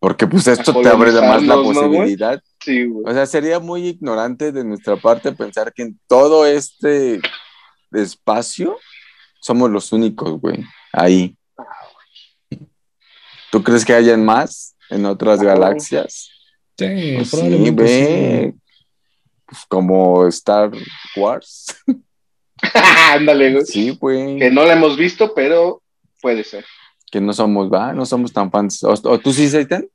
S2: Porque pues esto te abre más la
S1: colonizarnos, ¿no, güey?
S2: posibilidad
S1: Sí, güey.
S2: O sea, sería muy ignorante de nuestra parte pensar que en todo este espacio somos los únicos, güey, ahí. ¿Tú crees que hayan más en otras
S1: Claro.
S2: galaxias?
S3: Sí,
S2: Pues sí,
S3: probablemente sí.
S2: ve. Pues como Star Wars.
S1: Ándale, güey.
S2: Sí, güey.
S1: Que no la hemos visto, pero puede ser.
S2: Que no somos, va, no somos tan fans. ¿O, o tú sí, Satan?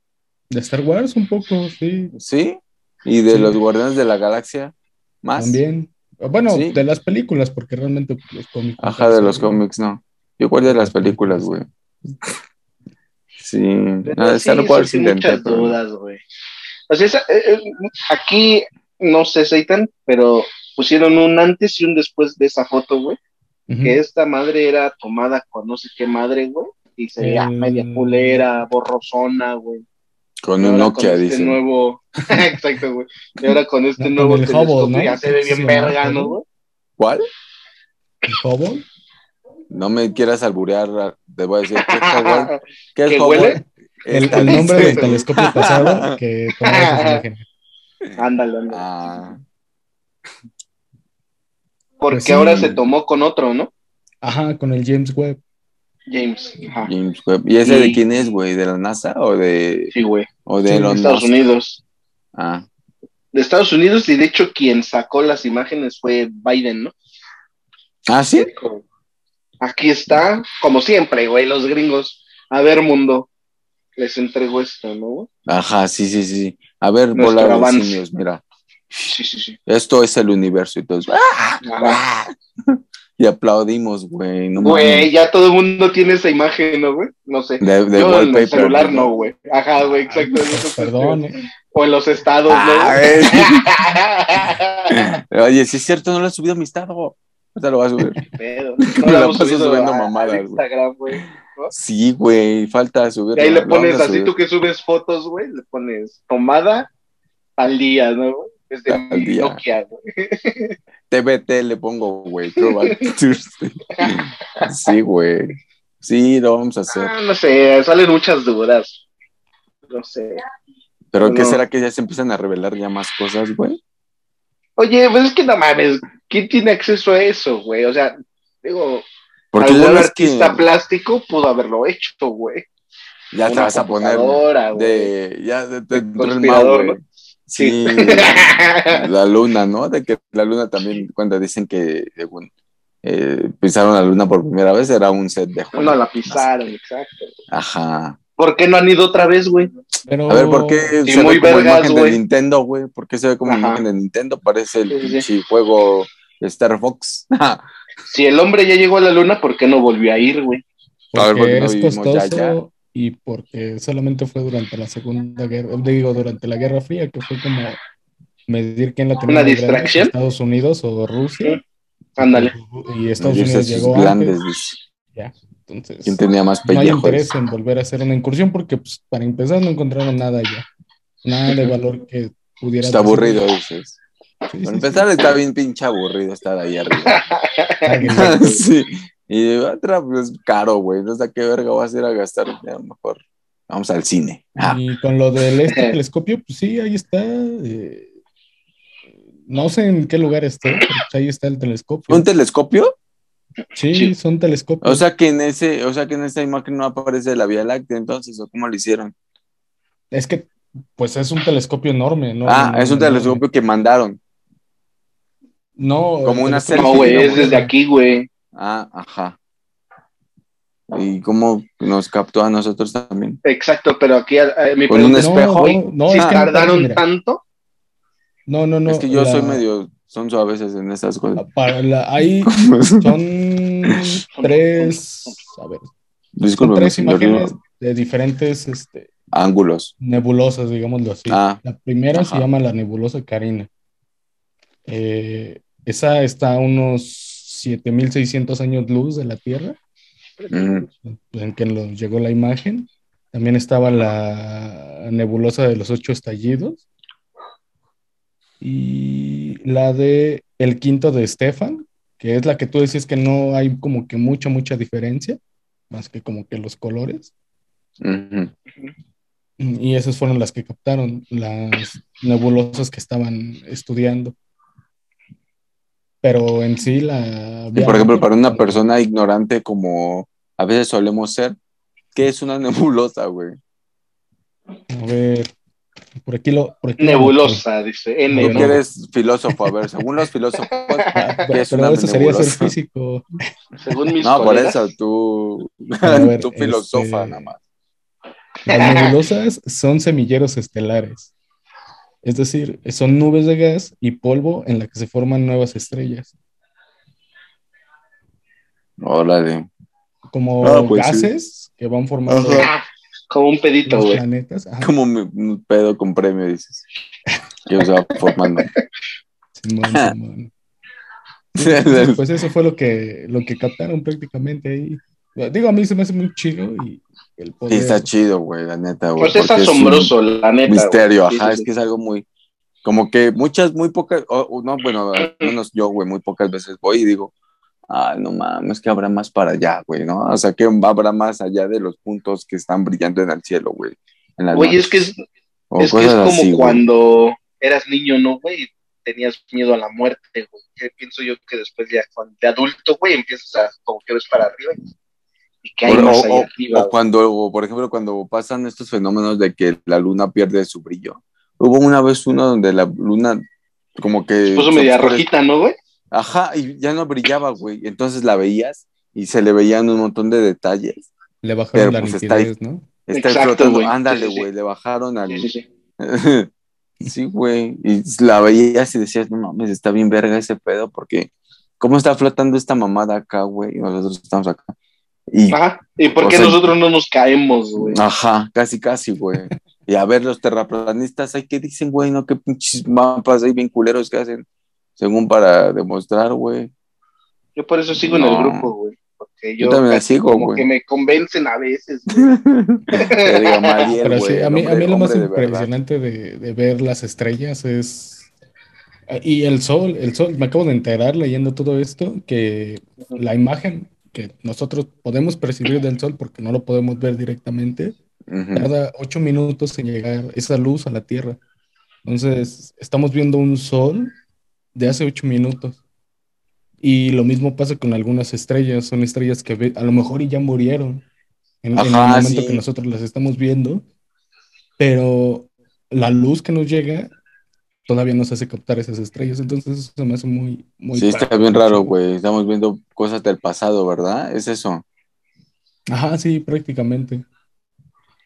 S3: De Star Wars un poco, sí,
S2: Sí. Y de
S3: Sí.
S2: los Guardianes de la Galaxia, más.
S3: también. Bueno,
S2: Ah, Sí.
S3: de las películas, porque realmente pues, los cómics. me
S2: Ajá, de
S3: parece-
S2: los cómics, no. Yo guardé las
S3: Las
S2: películas,
S3: películas.
S2: güey. Sí,
S1: Pero
S2: nada, Star
S1: sí,
S2: Wars
S1: sí,
S2: intenté,
S1: muchas
S2: pero-
S1: dudas, güey. O sea, esa- eh, eh, aquí, no sé, Satan, pero pusieron un antes y un después de esa foto, güey.
S3: Ujú.
S1: que esta madre era tomada con no sé qué madre, güey, y se veía
S3: El-
S1: media culera, borrosona, güey.
S2: con
S1: Y
S2: un
S1: ahora
S2: Nokia,
S1: con este
S2: dice.
S1: nuevo, exacto, güey. Y ahora con este
S3: No, con
S1: nuevo
S3: el Hubble,
S1: telescopio
S3: ¿no?
S1: ya se ve
S3: Sí,
S1: bien
S3: ¿no?
S1: verga, ¿no, güey?
S2: ¿Cuál?
S3: El Hubble.
S2: No me quieras alburear, te voy a decir. ¿Qué es Hubble? ¿Qué es
S1: ¿Que
S2: Hubble?
S1: huele?
S3: El,
S2: Esta
S3: el nombre
S2: dice.
S3: del telescopio pasado que tomó esas imágenes.
S1: Ándale, ándale.
S2: Ah,
S1: Porque
S3: pues sí.
S1: ahora se tomó con otro, ¿no?
S3: Ajá, con el James Webb.
S1: James. Ajá.
S2: James Webb. ¿Y ese
S1: Y-
S2: de quién es, güey? ¿De la NASA o de,
S1: Sí, güey.
S2: o de
S3: Sí,
S2: Elon
S1: Estados
S2: Musk?
S1: Unidos.
S2: Ah,
S1: De Estados Unidos, y de hecho, quien sacó las imágenes fue Biden, ¿no?
S2: Ah, sí.
S1: Dijo, Aquí está, como siempre, güey, los gringos. A ver, mundo. Les entrego esto, ¿no? güey?
S2: Ajá, sí, sí, sí. A ver,
S1: Nuestro
S2: bola de
S1: avance.
S2: simios, mira.
S1: Sí, sí, sí.
S2: Esto es el universo y todo. ¡Ah! Y aplaudimos, güey. No
S1: Güey, ya todo el mundo tiene esa imagen, ¿no, güey? No sé.
S2: De, de
S1: Yo en el
S2: wallpaper.
S1: celular no, güey. Ajá, güey, exacto.
S3: Ay,
S1: eso te
S3: Perdón,
S1: digo.
S3: eh.
S1: O en los estados,
S2: Ah, eh.
S1: ¿no?
S2: Oye, si es cierto, no lo he subido a mi estado. Ahorita lo voy a subir.
S1: Pedo.
S2: Me la
S1: hemos
S2: paso
S1: subido
S2: subiendo
S1: a- a
S2: mamadas, güey.
S1: Instagram, güey.
S2: Sí, güey, falta subir.
S1: Y ahí le pones así, tú que subes fotos, güey, le pones tomada al día, ¿no? güey? Desde
S2: Al día.
S1: Nokia, güey.
S2: TBT le pongo, güey. Throwback Thursday. Sí, güey. Sí, lo vamos a hacer.
S1: Ah, no sé, salen muchas dudas. No sé.
S2: Pero ¿qué
S1: Ah, no.
S2: será que ya se empiezan a revelar ya más cosas, güey?
S1: Oye, pues es que no mames, ¿quién tiene acceso a eso, güey? O sea, digo,
S2: Porque ya
S1: algún
S2: ves que
S1: artista plástico pudo haberlo hecho, güey.
S2: ya te
S1: Una
S2: vas a poner
S1: computadora, güey.
S2: de ya de, de- dentro del
S1: conspirador,
S2: mal, güey.
S1: ¿no?
S2: Sí. la luna, ¿no? De que la luna también, cuando dicen que según, eh, pisaron la luna por primera vez, era un set de
S1: No
S2: juegos.
S1: la pisaron, exacto.
S2: Ajá.
S1: ¿Por qué no han ido otra vez, güey?
S3: Pero...
S2: A ver, ¿por qué
S1: Sí,
S2: se
S1: Oh. muy
S2: ve como
S1: vergas,
S2: imagen de
S1: güey.
S2: Nintendo, güey? ¿Por qué se ve como
S1: Ajá.
S2: imagen de Nintendo? Parece el
S1: Sí, sí, sí.
S2: pinche juego Star Fox. A
S1: Si el hombre ya llegó a la luna, ¿por qué no volvió a ir, güey?
S2: ver,
S3: Porque
S2: porque no
S3: es
S2: vivimos ya,
S3: costoso y porque solamente fue durante la Segunda Guerra, digo, durante la Guerra Fría, que fue como medir quién la tenía
S1: ¿Una
S3: más grande, si
S1: distracción? Mm,
S3: Estados Unidos o Rusia.
S1: Ándale.
S3: Y Estados
S2: Medirse sus
S3: Unidos llegó
S2: glandes,
S3: antes,
S2: dice.
S3: entonces
S2: ¿Quién tenía más
S3: no hay
S2: pellejos?
S3: interés en volver a hacer una incursión porque, pues, para empezar, no encontraron nada ya. Nada de valor que pudiera...
S2: Está
S3: decir,
S2: aburrido, dices.
S3: Sí, sí,
S2: Para
S3: sí.
S2: empezar, está bien pinche aburrido estar ahí arriba.
S3: Está gris.
S2: Ah, sí, Y otra, pues caro, güey. No sé a qué verga vas a ir a gastar. A lo mejor vamos al cine. Ah,
S3: Y con lo del este telescopio, pues sí, ahí está. eh, no sé en qué lugar esté, pero pues ahí está el telescopio.
S2: ¿Un telescopio?
S3: Sí,
S1: Sí.
S3: son telescopios.
S2: O sea que en ese, o sea que en esta imagen no aparece la Vía Láctea entonces, ¿o cómo lo hicieron?
S3: es que, pues es un telescopio enorme, ¿no?
S2: ah,
S3: No,
S2: es un
S3: no,
S2: telescopio que mandaron.
S3: No,
S2: como
S3: el
S2: una
S3: telescopio-
S1: No, güey, es desde aquí, güey.
S2: Ah, ajá. ¿Y cómo nos captó a nosotros también?
S1: Exacto, pero aquí a- a- mi
S2: Con un
S1: pregunta es,
S2: espejo.
S1: güey,
S3: No, no,
S1: si
S3: es que no
S1: tardaron
S3: parece, mira.
S1: tanto,
S3: No, no, no.
S2: es que yo
S3: la-
S2: soy medio sonso a veces en estas cosas.
S3: para la- ahí son tres, a ver, son
S2: Disculpen,
S3: tres imágenes de diferentes este,
S2: ángulos.
S3: nebulosas, digámoslo así.
S2: Ah,
S3: La primera se
S2: Ajá.
S3: llama la nebulosa Carina. Eh, esa está a unos 7600 años luz de la Tierra,
S2: ujú.
S3: pues, en que nos llegó la imagen. También estaba la nebulosa de los ocho estallidos. Y la de el quinto de Stefan, que es la que tú decías que no hay como que mucha, mucha diferencia, más que como que los colores.
S2: Ujú.
S3: Y esas fueron las que captaron, las nebulosas que estaban estudiando. Pero en sí la...
S2: Y por ejemplo, para una persona ignorante como a veces solemos ser, ¿qué es una nebulosa, güey?
S3: A ver, por aquí lo... por aquí lo-
S1: nebulosa, dice N,
S2: Tú
S3: Bueno.
S2: que
S1: ¿no?
S2: eres filósofo, a ver, según los filósofos,
S3: Ah,
S2: ¿qué
S3: pero
S2: es una
S3: eso sería ser
S2: nebulosa?
S3: físico.
S1: Según mis
S2: pues. No, por
S1: colegas.
S2: eso tú,
S3: A ver,
S2: tú filosofa
S3: este,
S2: nada más.
S3: Las nebulosas son semilleros estelares. Es decir, son nubes de gas y polvo en la que se forman nuevas estrellas.
S2: Órale.
S3: Como
S2: Ah, pues sí.
S3: gases que van formando
S2: Ajá.
S1: Ah, Como un pedito,
S3: los
S1: güey.
S2: Pues,
S3: planetas. Ajá,
S2: Como mi- un pedo con premio, dices. Que se va formando.
S3: Simón, Simón. Entonces, pues eso fue lo que, lo que captaron prácticamente ahí. Digo, a mí se me hace muy chido y el
S2: Sí,
S3: poder.
S2: está chido, güey, la neta, güey.
S1: Pues es
S2: porque un
S1: asombroso, la neta. güey.
S2: Misterio,
S1: Sí,
S2: ajá,
S1: sí,
S2: es
S1: sí.
S2: que es algo muy. Como que muchas, muy pocas. o- o no, bueno, al menos yo, güey, muy pocas veces voy y digo, ah, no mames, que habrá más para allá, güey, ¿no? O sea, que habrá más allá de los puntos que están brillando en el cielo, güey. en la
S1: Güey,
S2: noche,
S1: es que es,
S2: o
S1: es, que es
S2: cosas
S1: como
S2: así, güey.
S1: cuando eras niño, ¿no, güey? Tenías miedo a la muerte, güey. Que pienso yo que después ya cuando de adulto, güey, empiezas a como que ves para arriba y, y que hay
S2: O-
S1: más
S2: o-
S1: allá
S2: o-
S1: arriba.
S2: O
S1: güey.
S2: cuando, o por ejemplo, cuando pasan estos fenómenos de que la luna pierde su brillo. Hubo una vez uno donde la luna, como que.
S1: Se puso media
S2: oscurece-
S1: rojita, ¿no, güey?
S2: Ajá, y ya no brillaba, güey. Entonces la veías y se le veían un montón de detalles.
S3: Le bajaron
S2: Pero,
S3: la
S2: pues, está ahí.
S3: nitidez, ¿no?
S2: Está
S1: Exacto,
S2: explotando.
S1: güey.
S2: Ándale,
S1: Sí, sí, sí.
S2: güey, le bajaron al.
S1: Sí, sí, sí.
S2: Sí, güey. Y la veías y decías, no mames, está bien verga ese pedo, porque ¿cómo está flotando esta mamada acá, güey? Y nosotros estamos acá. Y,
S1: Ajá. ¿Y por
S2: O
S1: qué
S2: sea-
S1: nosotros no nos caemos, Ah, güey?
S2: ajá, casi, casi, güey. Y a ver, los terraplanistas, ay, ¿qué dicen, güey? No, qué pinches mapas ahí bien culeros que hacen, según para demostrar, güey.
S1: Yo por eso sigo en el
S2: No.
S1: grupo, güey. Porque yo,
S2: Yo también la
S1: casi
S2: sigo,
S1: como
S2: güey.
S1: que me convencen a veces, güey.
S2: Verga, Mariel,
S3: Pero
S2: güey,
S3: sí, a
S2: el
S3: mí, a
S2: hombre-
S3: mí lo más
S2: hombre de verdad.
S3: impresionante de, de ver las estrellas es... Y el sol, el sol, me acabo de enterar leyendo todo esto, que la imagen que nosotros podemos percibir del sol, porque no lo podemos ver directamente,
S2: Ujú.
S3: tarda ocho minutos en llegar esa luz a la Tierra. Entonces, estamos viendo un sol de hace ocho minutos. Y lo mismo pasa con algunas estrellas. Son estrellas que ve- a lo mejor y ya murieron en, en
S2: Ajá,
S3: el momento
S2: sí.
S3: que nosotros las estamos viendo. Pero la luz que nos llega todavía nos hace captar esas estrellas. Entonces, eso se me hace muy, muy
S2: Sí,
S3: padre,
S2: está bien
S3: muy
S2: raro,
S3: chido.
S2: güey. Estamos viendo cosas del pasado, ¿verdad? Es eso.
S3: Ajá, sí, prácticamente.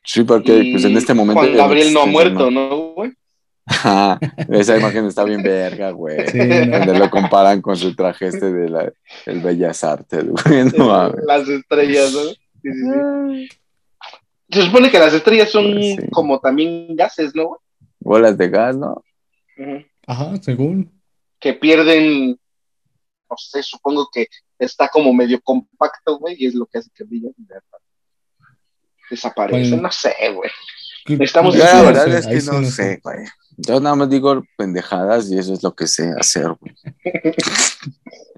S2: Sí, porque
S1: Y
S2: pues en este momento.
S1: Juan Gabriel no ha
S2: Sí, sí,
S1: muerto, ¿no, güey?
S2: Ajá, esa imagen está bien verga, güey.
S3: Sí, no.
S2: Donde lo comparan con su traje este de la, el Bellas Artes, güey. No mames.
S1: las estrellas, ¿no? Sí, sí, sí. Se supone que las estrellas son
S2: Pues sí.
S1: como también gases, ¿no? güey?
S2: Bolas de gas, ¿no?
S1: Ujú.
S3: Ajá, según.
S1: Que pierden, no sé, supongo que está como medio compacto, güey, y es lo que hace que brillen. ¿verdad? Desaparecen,
S2: Pues,
S3: Bueno.
S1: no sé, güey. Estamos-
S2: Yo
S1: Pues sí,
S2: la
S1: no
S2: verdad
S3: sé,
S2: es
S3: ahí
S2: que
S3: sí
S2: no sé, güey. Yo nada más digo pendejadas y eso es lo que sé hacer, güey.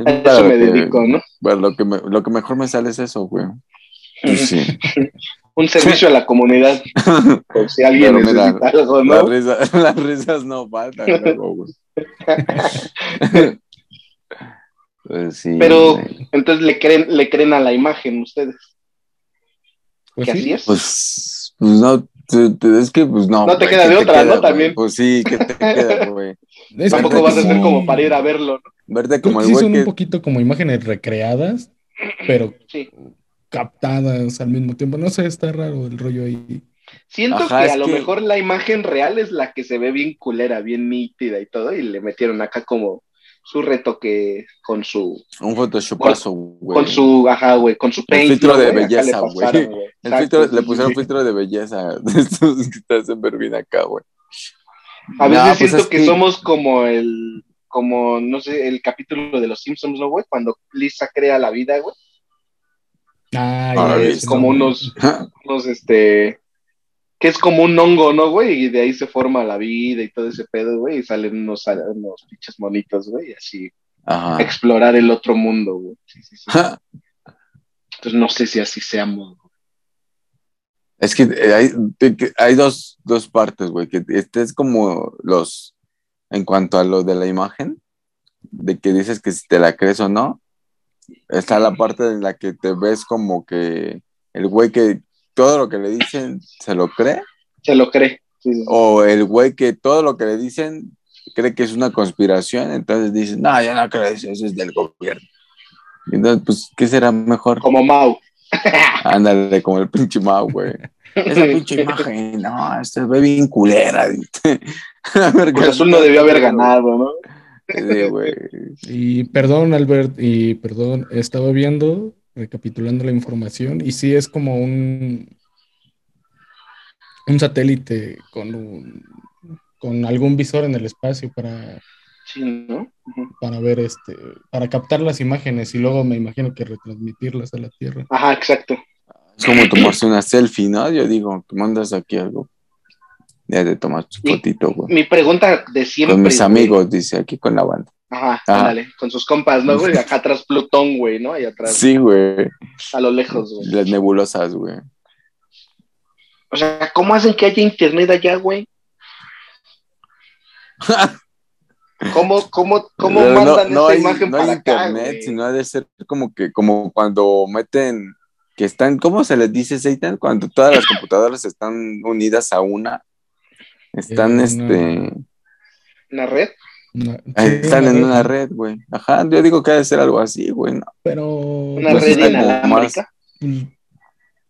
S1: A eso me dedico, ¿no?
S2: Bueno, lo que, me- lo que mejor me sale es eso, güey. Pues sí.
S1: Un servicio a la comunidad. Por si alguien
S2: Pero me da-
S1: necesita algo,
S2: Las,
S1: ¿no?
S2: risas, las risas no faltan luego, güey. Pues sí,
S1: Pero-
S2: güey.
S1: Entonces le creen, le creen a la imagen ustedes.
S3: Pues
S1: que
S3: sí.
S1: así es.
S2: Pues, pues no, te- te- es que pues no.
S1: No te
S2: güey,
S1: queda
S2: ¿qué
S1: de otra, ¿no?
S2: güey?
S1: También.
S2: Pues sí, ¿qué te queda, güey?
S3: Es que
S1: Tampoco
S3: creo
S1: vas
S3: que
S1: a ser
S3: sí.
S1: como para ir a verlo, ¿no?
S2: Verte
S3: Creo
S2: como
S3: que
S2: el
S3: sí
S2: güey
S3: son un
S2: que.
S3: poquito como imágenes recreadas, pero
S1: Sí.
S3: captadas al mismo tiempo. No sé, está raro el rollo ahí.
S1: Siento
S2: Ajá,
S1: que
S2: es
S1: a lo
S2: que-
S1: mejor la imagen real es la que se ve bien culera, bien nítida y todo, y le metieron acá como su retoque con su,
S2: Un photoshopazo, güey.
S1: con su, ajá, güey, con su paint.
S2: filtro
S1: ¿no,
S2: de
S1: güey? Acá
S2: belleza,
S1: le pasaron, güey.
S2: El
S1: Exacto,
S2: filtro,
S1: sí,
S2: le
S1: sí,
S2: pusieron
S1: sí.
S2: filtro de belleza de estos que te hacen ver bien acá, güey.
S1: A veces
S2: No, pues
S1: siento
S2: es
S1: que, somos como el, como, no sé, el capítulo de los Simpsons, ¿no, güey? Cuando Lisa crea la vida, güey.
S3: Ay,
S2: Ah,
S3: güey,
S1: es
S2: sí,
S3: sí,
S1: como
S3: no,
S1: unos, unos, este, que es como un hongo, ¿no, güey? Y de ahí se forma la vida y todo ese pedo, güey, y salen unos, unos pinches monitos, güey, y así
S2: Ajá.
S1: explorar el otro mundo, güey. Sí, sí, sí. Entonces no sé si así seamos. güey.
S2: Es que eh, hay, te- que hay dos, dos partes, güey. Que este es como los. En cuanto a lo de la imagen, de que dices que si te la crees o no, está la parte en la que te ves como que el güey que todo lo que le dicen se lo cree,
S1: Se lo cree. Sí, sí, sí.
S2: o el güey que todo lo que le dicen cree que es una conspiración, entonces dicen, no, yo no creo eso, eso es del gobierno. Entonces, pues, ¿qué será mejor?
S1: Como Mau.
S2: Ándale, como el pinche Mau, güey. Esa pinche imagen, no, se ve bien culera. A ver,
S1: Cruz
S2: ¿qué-
S1: Azul no debió haber ganado, ¿no?
S2: Sí, güey.
S3: Y perdón, Albert, y perdón, estaba viendo, recapitulando la información, y sí es como un, un satélite con un- con algún visor en el espacio para,
S1: Sí, ¿no? Ujú.
S3: para ver este, para captar las imágenes y luego me imagino que retransmitirlas a la Tierra.
S1: Ajá, exacto.
S2: Es como tomarse una selfie, ¿no? Yo digo, te mandas aquí algo. Ya te tomas tu fotito, güey.
S1: Mi pregunta de siempre.
S2: Con mis
S1: güey.
S2: amigos, Ah. dice, aquí con la banda.
S1: Ajá,
S2: Ajá.
S1: ándale, con sus compas, ¿no, güey? Acá atrás Plutón, güey, ¿no? Ahí atrás,
S2: Sí, güey.
S1: a lo lejos, güey.
S2: Las nebulosas, güey.
S1: O sea, ¿cómo hacen que haya internet allá, güey? ¿Cómo, cómo, cómo
S2: Pero
S1: mandan esta
S2: hay-
S1: imagen
S2: no hay
S1: para acá,
S2: internet,
S1: güey?
S2: sino ha de ser como que, como cuando meten, que están, ¿cómo se les dice, Seitan? Cuando todas las computadoras están unidas a una, están,
S3: Eh,
S2: este, ah,
S1: ¿Una red?
S3: Una- sí,
S2: están
S3: una
S2: en
S3: red,
S2: una red, güey. Ajá, yo digo que ha de ser algo así, güey, ¿no?
S3: Pero
S1: ¿Una
S2: Pues
S1: red
S2: está como
S1: inalámbrica?
S3: pues,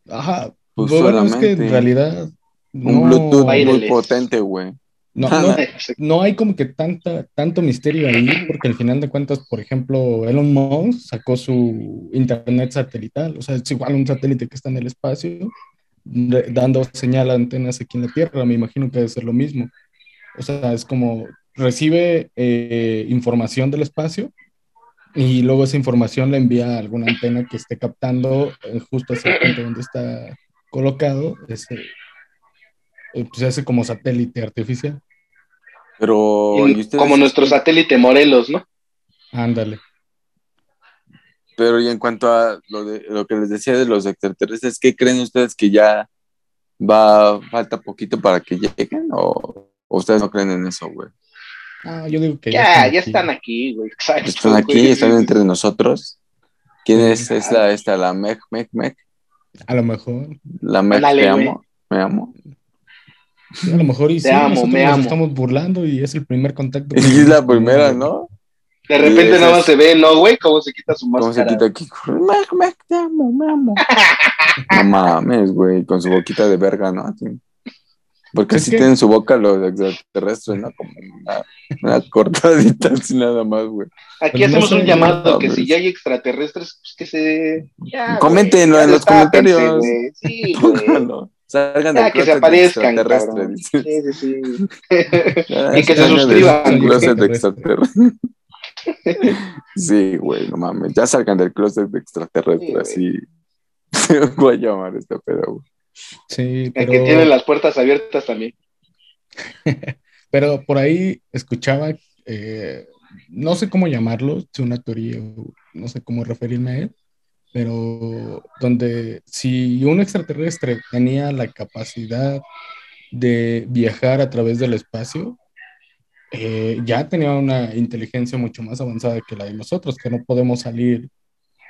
S3: ajá,
S2: Pues
S3: lo bueno es que en
S2: solamente
S3: realidad
S2: Un
S3: no-
S2: Bluetooth muy
S1: Wireless.
S2: potente, güey.
S3: no- no,
S1: Exacto.
S3: no hay como que tanta, tanto misterio ahí, porque al final de cuentas, por ejemplo, Elon Musk sacó su internet satelital, o sea, es igual un satélite que está en el espacio, de- dando señal a antenas aquí en la Tierra, me imagino que debe ser lo mismo. O sea, es como recibe eh, información del espacio y luego esa información la envía a alguna antena que esté captando eh, justo hacia el punto donde está colocado, ese, eh, pues ese como satélite artificial.
S2: Pero, ¿y
S1: Y
S2: ustedes-
S1: Como nuestro satélite Morelos, ¿no?
S3: Ándale.
S2: Pero y en cuanto a lo, de- lo que les decía de los extraterrestres, ¿qué creen ustedes que ya va, falta poquito para que lleguen? ¿O, o ustedes no creen en eso, güey?
S3: Ah, yo digo que
S1: Ya, ya
S3: están
S1: están
S3: aquí.
S1: aquí, güey. Exacto.
S2: Están aquí,
S1: güey.
S2: están entre nosotros. ¿Quién es esta, esta, la Mec, Mec, Mec?
S3: A lo mejor,
S2: La Mec,
S1: Ándale,
S2: te
S1: güey.
S2: amo, me amo.
S3: sí, a lo mejor y
S1: Te
S3: sí,
S1: amo,
S3: nosotros
S1: me
S3: nos
S1: amo.
S3: estamos burlando y es el primer contacto.
S2: Y
S3: que
S2: es la
S3: tenemos con
S2: primera,
S3: ellos.
S2: ¿no?
S1: De repente
S2: Y
S1: nada más
S2: esas-
S1: se ve, ¿no, güey? Cómo se quita su
S2: ¿Cómo se
S1: máscara.
S2: quita aquí? Mec, Mec, te amo, me amo. No mames, güey, con su boquita de verga, ¿no? Así. Porque
S3: Es
S2: si
S3: que-
S2: tienen su boca los extraterrestres, ¿no? Como una, una cortadita así nada más, güey.
S1: Aquí
S3: Pues no
S1: hacemos
S3: sé,
S1: un llamado
S2: no,
S1: que
S2: pues.
S1: si ya hay extraterrestres, pues que se... ya,
S2: Coméntenlo
S1: güey,
S2: en
S1: ya
S2: los
S1: destápense,
S2: comentarios.
S1: güey. Sí, güey.
S2: Pónganlo. Salgan
S1: Ya,
S2: del
S1: que se
S2: closet
S1: aparezcan,
S2: extraterrestre.
S1: cabrón.
S2: dice.
S1: Sí, sí, sí.
S2: Salgan
S1: Y que se
S2: del
S1: suscriban, güey.
S2: closet extraterrestre. Sí, güey, no mames. Ya salgan del closet extraterrestre, así. Voy a llamar esta pedo, güey.
S3: Sí,
S1: El que tiene
S3: pero,
S1: las puertas abiertas también.
S3: pero por ahí escuchaba eh, no sé cómo llamarlo, es una teoría, o no sé cómo referirme a él, pero donde si un extraterrestre tenía la capacidad de viajar a través del espacio, eh, ya tenía una inteligencia mucho más avanzada que la de nosotros, que no podemos salir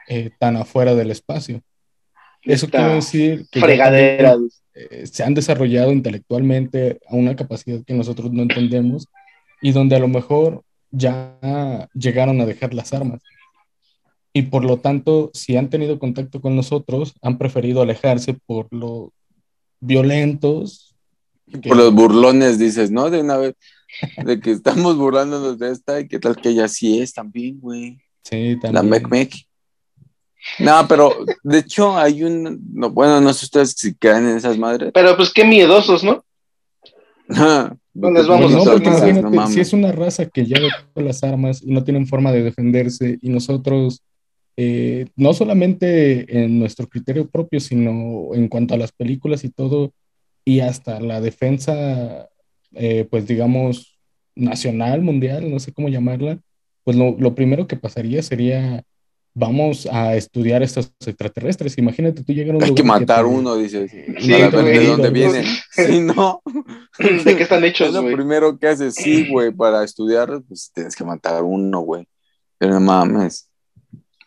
S3: eh, tan afuera del espacio. Eso
S1: Esta
S3: quiere decir que ya
S1: Fregadera.
S3: también, eh, se han desarrollado intelectualmente a una capacidad que nosotros no entendemos y donde a lo mejor ya llegaron a dejar las armas. Y por lo tanto, si han tenido contacto con nosotros, han preferido alejarse por lo violentos. que-
S2: Por los burlones dices, ¿no? De una vez, de que estamos burlándonos de esta y qué tal que ella sí es también, güey.
S3: Sí,
S2: La
S3: también.
S2: Mec Mec. No, pero de hecho hay un, no, bueno, no sé ustedes si caen en esas madres.
S1: Pero pues qué miedosos, ¿no?
S2: no
S1: les
S3: Pues
S1: vamos a
S3: no,
S1: hacer
S3: porque
S1: nada.
S3: imagínate, si es una raza que ya dejó las armas y no tienen forma de defenderse, y nosotros, eh, no solamente en nuestro criterio propio, sino en cuanto a las películas y todo, y hasta la defensa, eh, pues digamos, nacional, mundial, no sé cómo llamarla, pues lo, lo primero que pasaría sería, vamos a estudiar a estos extraterrestres. Imagínate, tú llegar a un
S2: Hay
S3: lugar
S2: que
S3: y
S2: matar
S3: te-
S2: uno, dices,
S1: Sí,
S2: para
S1: güey.
S2: ver de dónde
S3: Sí,
S2: viene. Si no,
S1: ¿De qué están
S2: es
S1: hechos,
S2: lo
S1: güey?
S2: primero que haces, sí, güey, para estudiar, pues tienes que matar uno, güey. Pero no mames.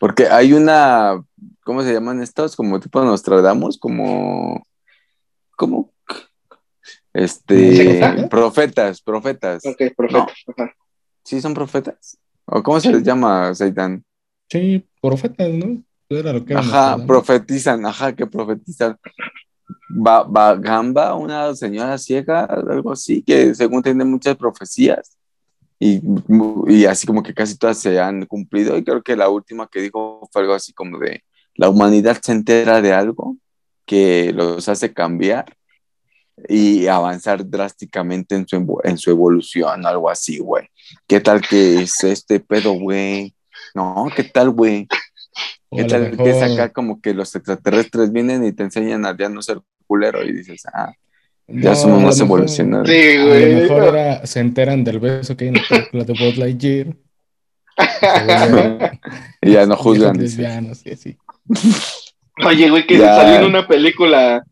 S2: Porque hay una, ¿cómo se llaman estos? Como tipo Nostradamus, como, ¿cómo? Este,
S1: ¿Secta?
S2: profetas, profetas.
S1: Ok, perfecto. Ajá.
S2: ¿Sí son profetas? ¿O cómo se les llama, Satan?
S3: Sí, profetas, ¿no? Era lo que era
S2: Ajá,
S3: Nostradamus.
S2: profetizan, ajá, que profetizan. Ba- Ba- Gamba, una señora ciega, algo así, que según tiene muchas profecías y, y así como que casi todas se han cumplido y creo que la última que dijo fue algo así como de la humanidad se entera de algo que los hace cambiar y avanzar drásticamente en su, evo- en su evolución, algo así, güey. ¿Qué tal que es este pedo, güey? No, ¿qué tal, güey?
S3: O
S2: ¿Qué
S3: a lo
S2: tal que es
S3: mejor-
S2: acá como que los extraterrestres vienen y te enseñan a ya no ser culero y dices, ah, Ya
S3: No,
S2: somos
S3: a lo
S2: más
S3: mejor-
S2: evolucionados.
S1: Sí,
S3: A lo
S1: güey.
S3: mejor era, se enteran del beso que hay en la película de Buzz Lightyear.
S2: y ya no
S3: Viejos
S2: juzgan. dices.
S3: lesbianos y así.
S1: Oye, güey, que
S2: Ya.
S1: salió en una película,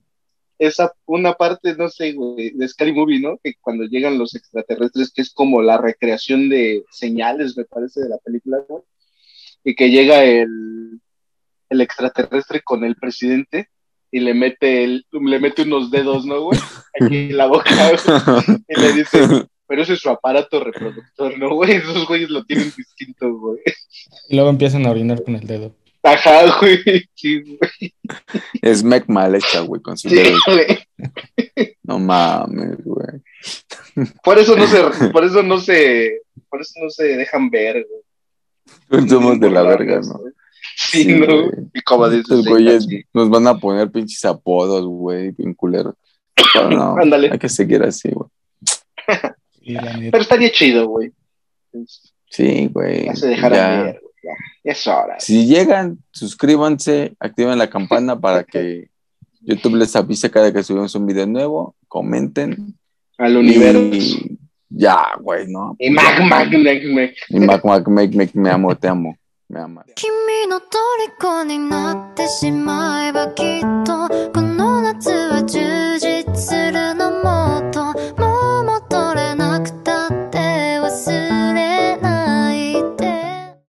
S1: esa, una parte, no sé, güey, de Scary Movie, ¿no? Que cuando llegan los extraterrestres, que es como la recreación de señales, me parece, de la película, güey. Y que llega el, el extraterrestre con el presidente y le mete el, le mete unos dedos, ¿no, güey? Aquí en la boca, güey, y le dice, pero ese es su aparato reproductor, ¿no, güey? Esos güeyes lo tienen distinto, güey.
S3: Y luego empiezan a orinar con el dedo.
S1: Ajá, güey. Sí, güey.
S2: es Mec mal hecha, güey, con sus
S1: Sí,
S2: dedos.
S1: güey.
S2: No mames, güey.
S1: Por eso no se, por eso no se, por eso no se dejan ver, güey.
S2: Somos de la verga, ¿no?
S1: Sí,
S2: Sí,
S1: ¿no?
S2: güey.
S1: Y como dices,
S2: Estos
S1: sí,
S2: güeyes
S1: sí.
S2: nos van a poner pinches apodos, güey, bien culeros. Pero no,
S1: Ándale.
S2: hay que seguir así, güey.
S3: Y la neta,
S1: Pero estaría chido, güey. Ya
S2: Sí, güey.
S1: se dejaran
S2: ya.
S1: ver, güey. Ya. Ya es hora.
S2: Si llegan, suscríbanse, activen la campana para que YouTube les avise cada que subimos un video nuevo, comenten.
S1: Al universo.
S2: Y ya, güey, ¿no?
S1: Y mag, mag, mag, mag.
S2: Y Mac, Mac, Mac, Mac, me amo, te amo, me amas.
S4: 君の虜になってしまう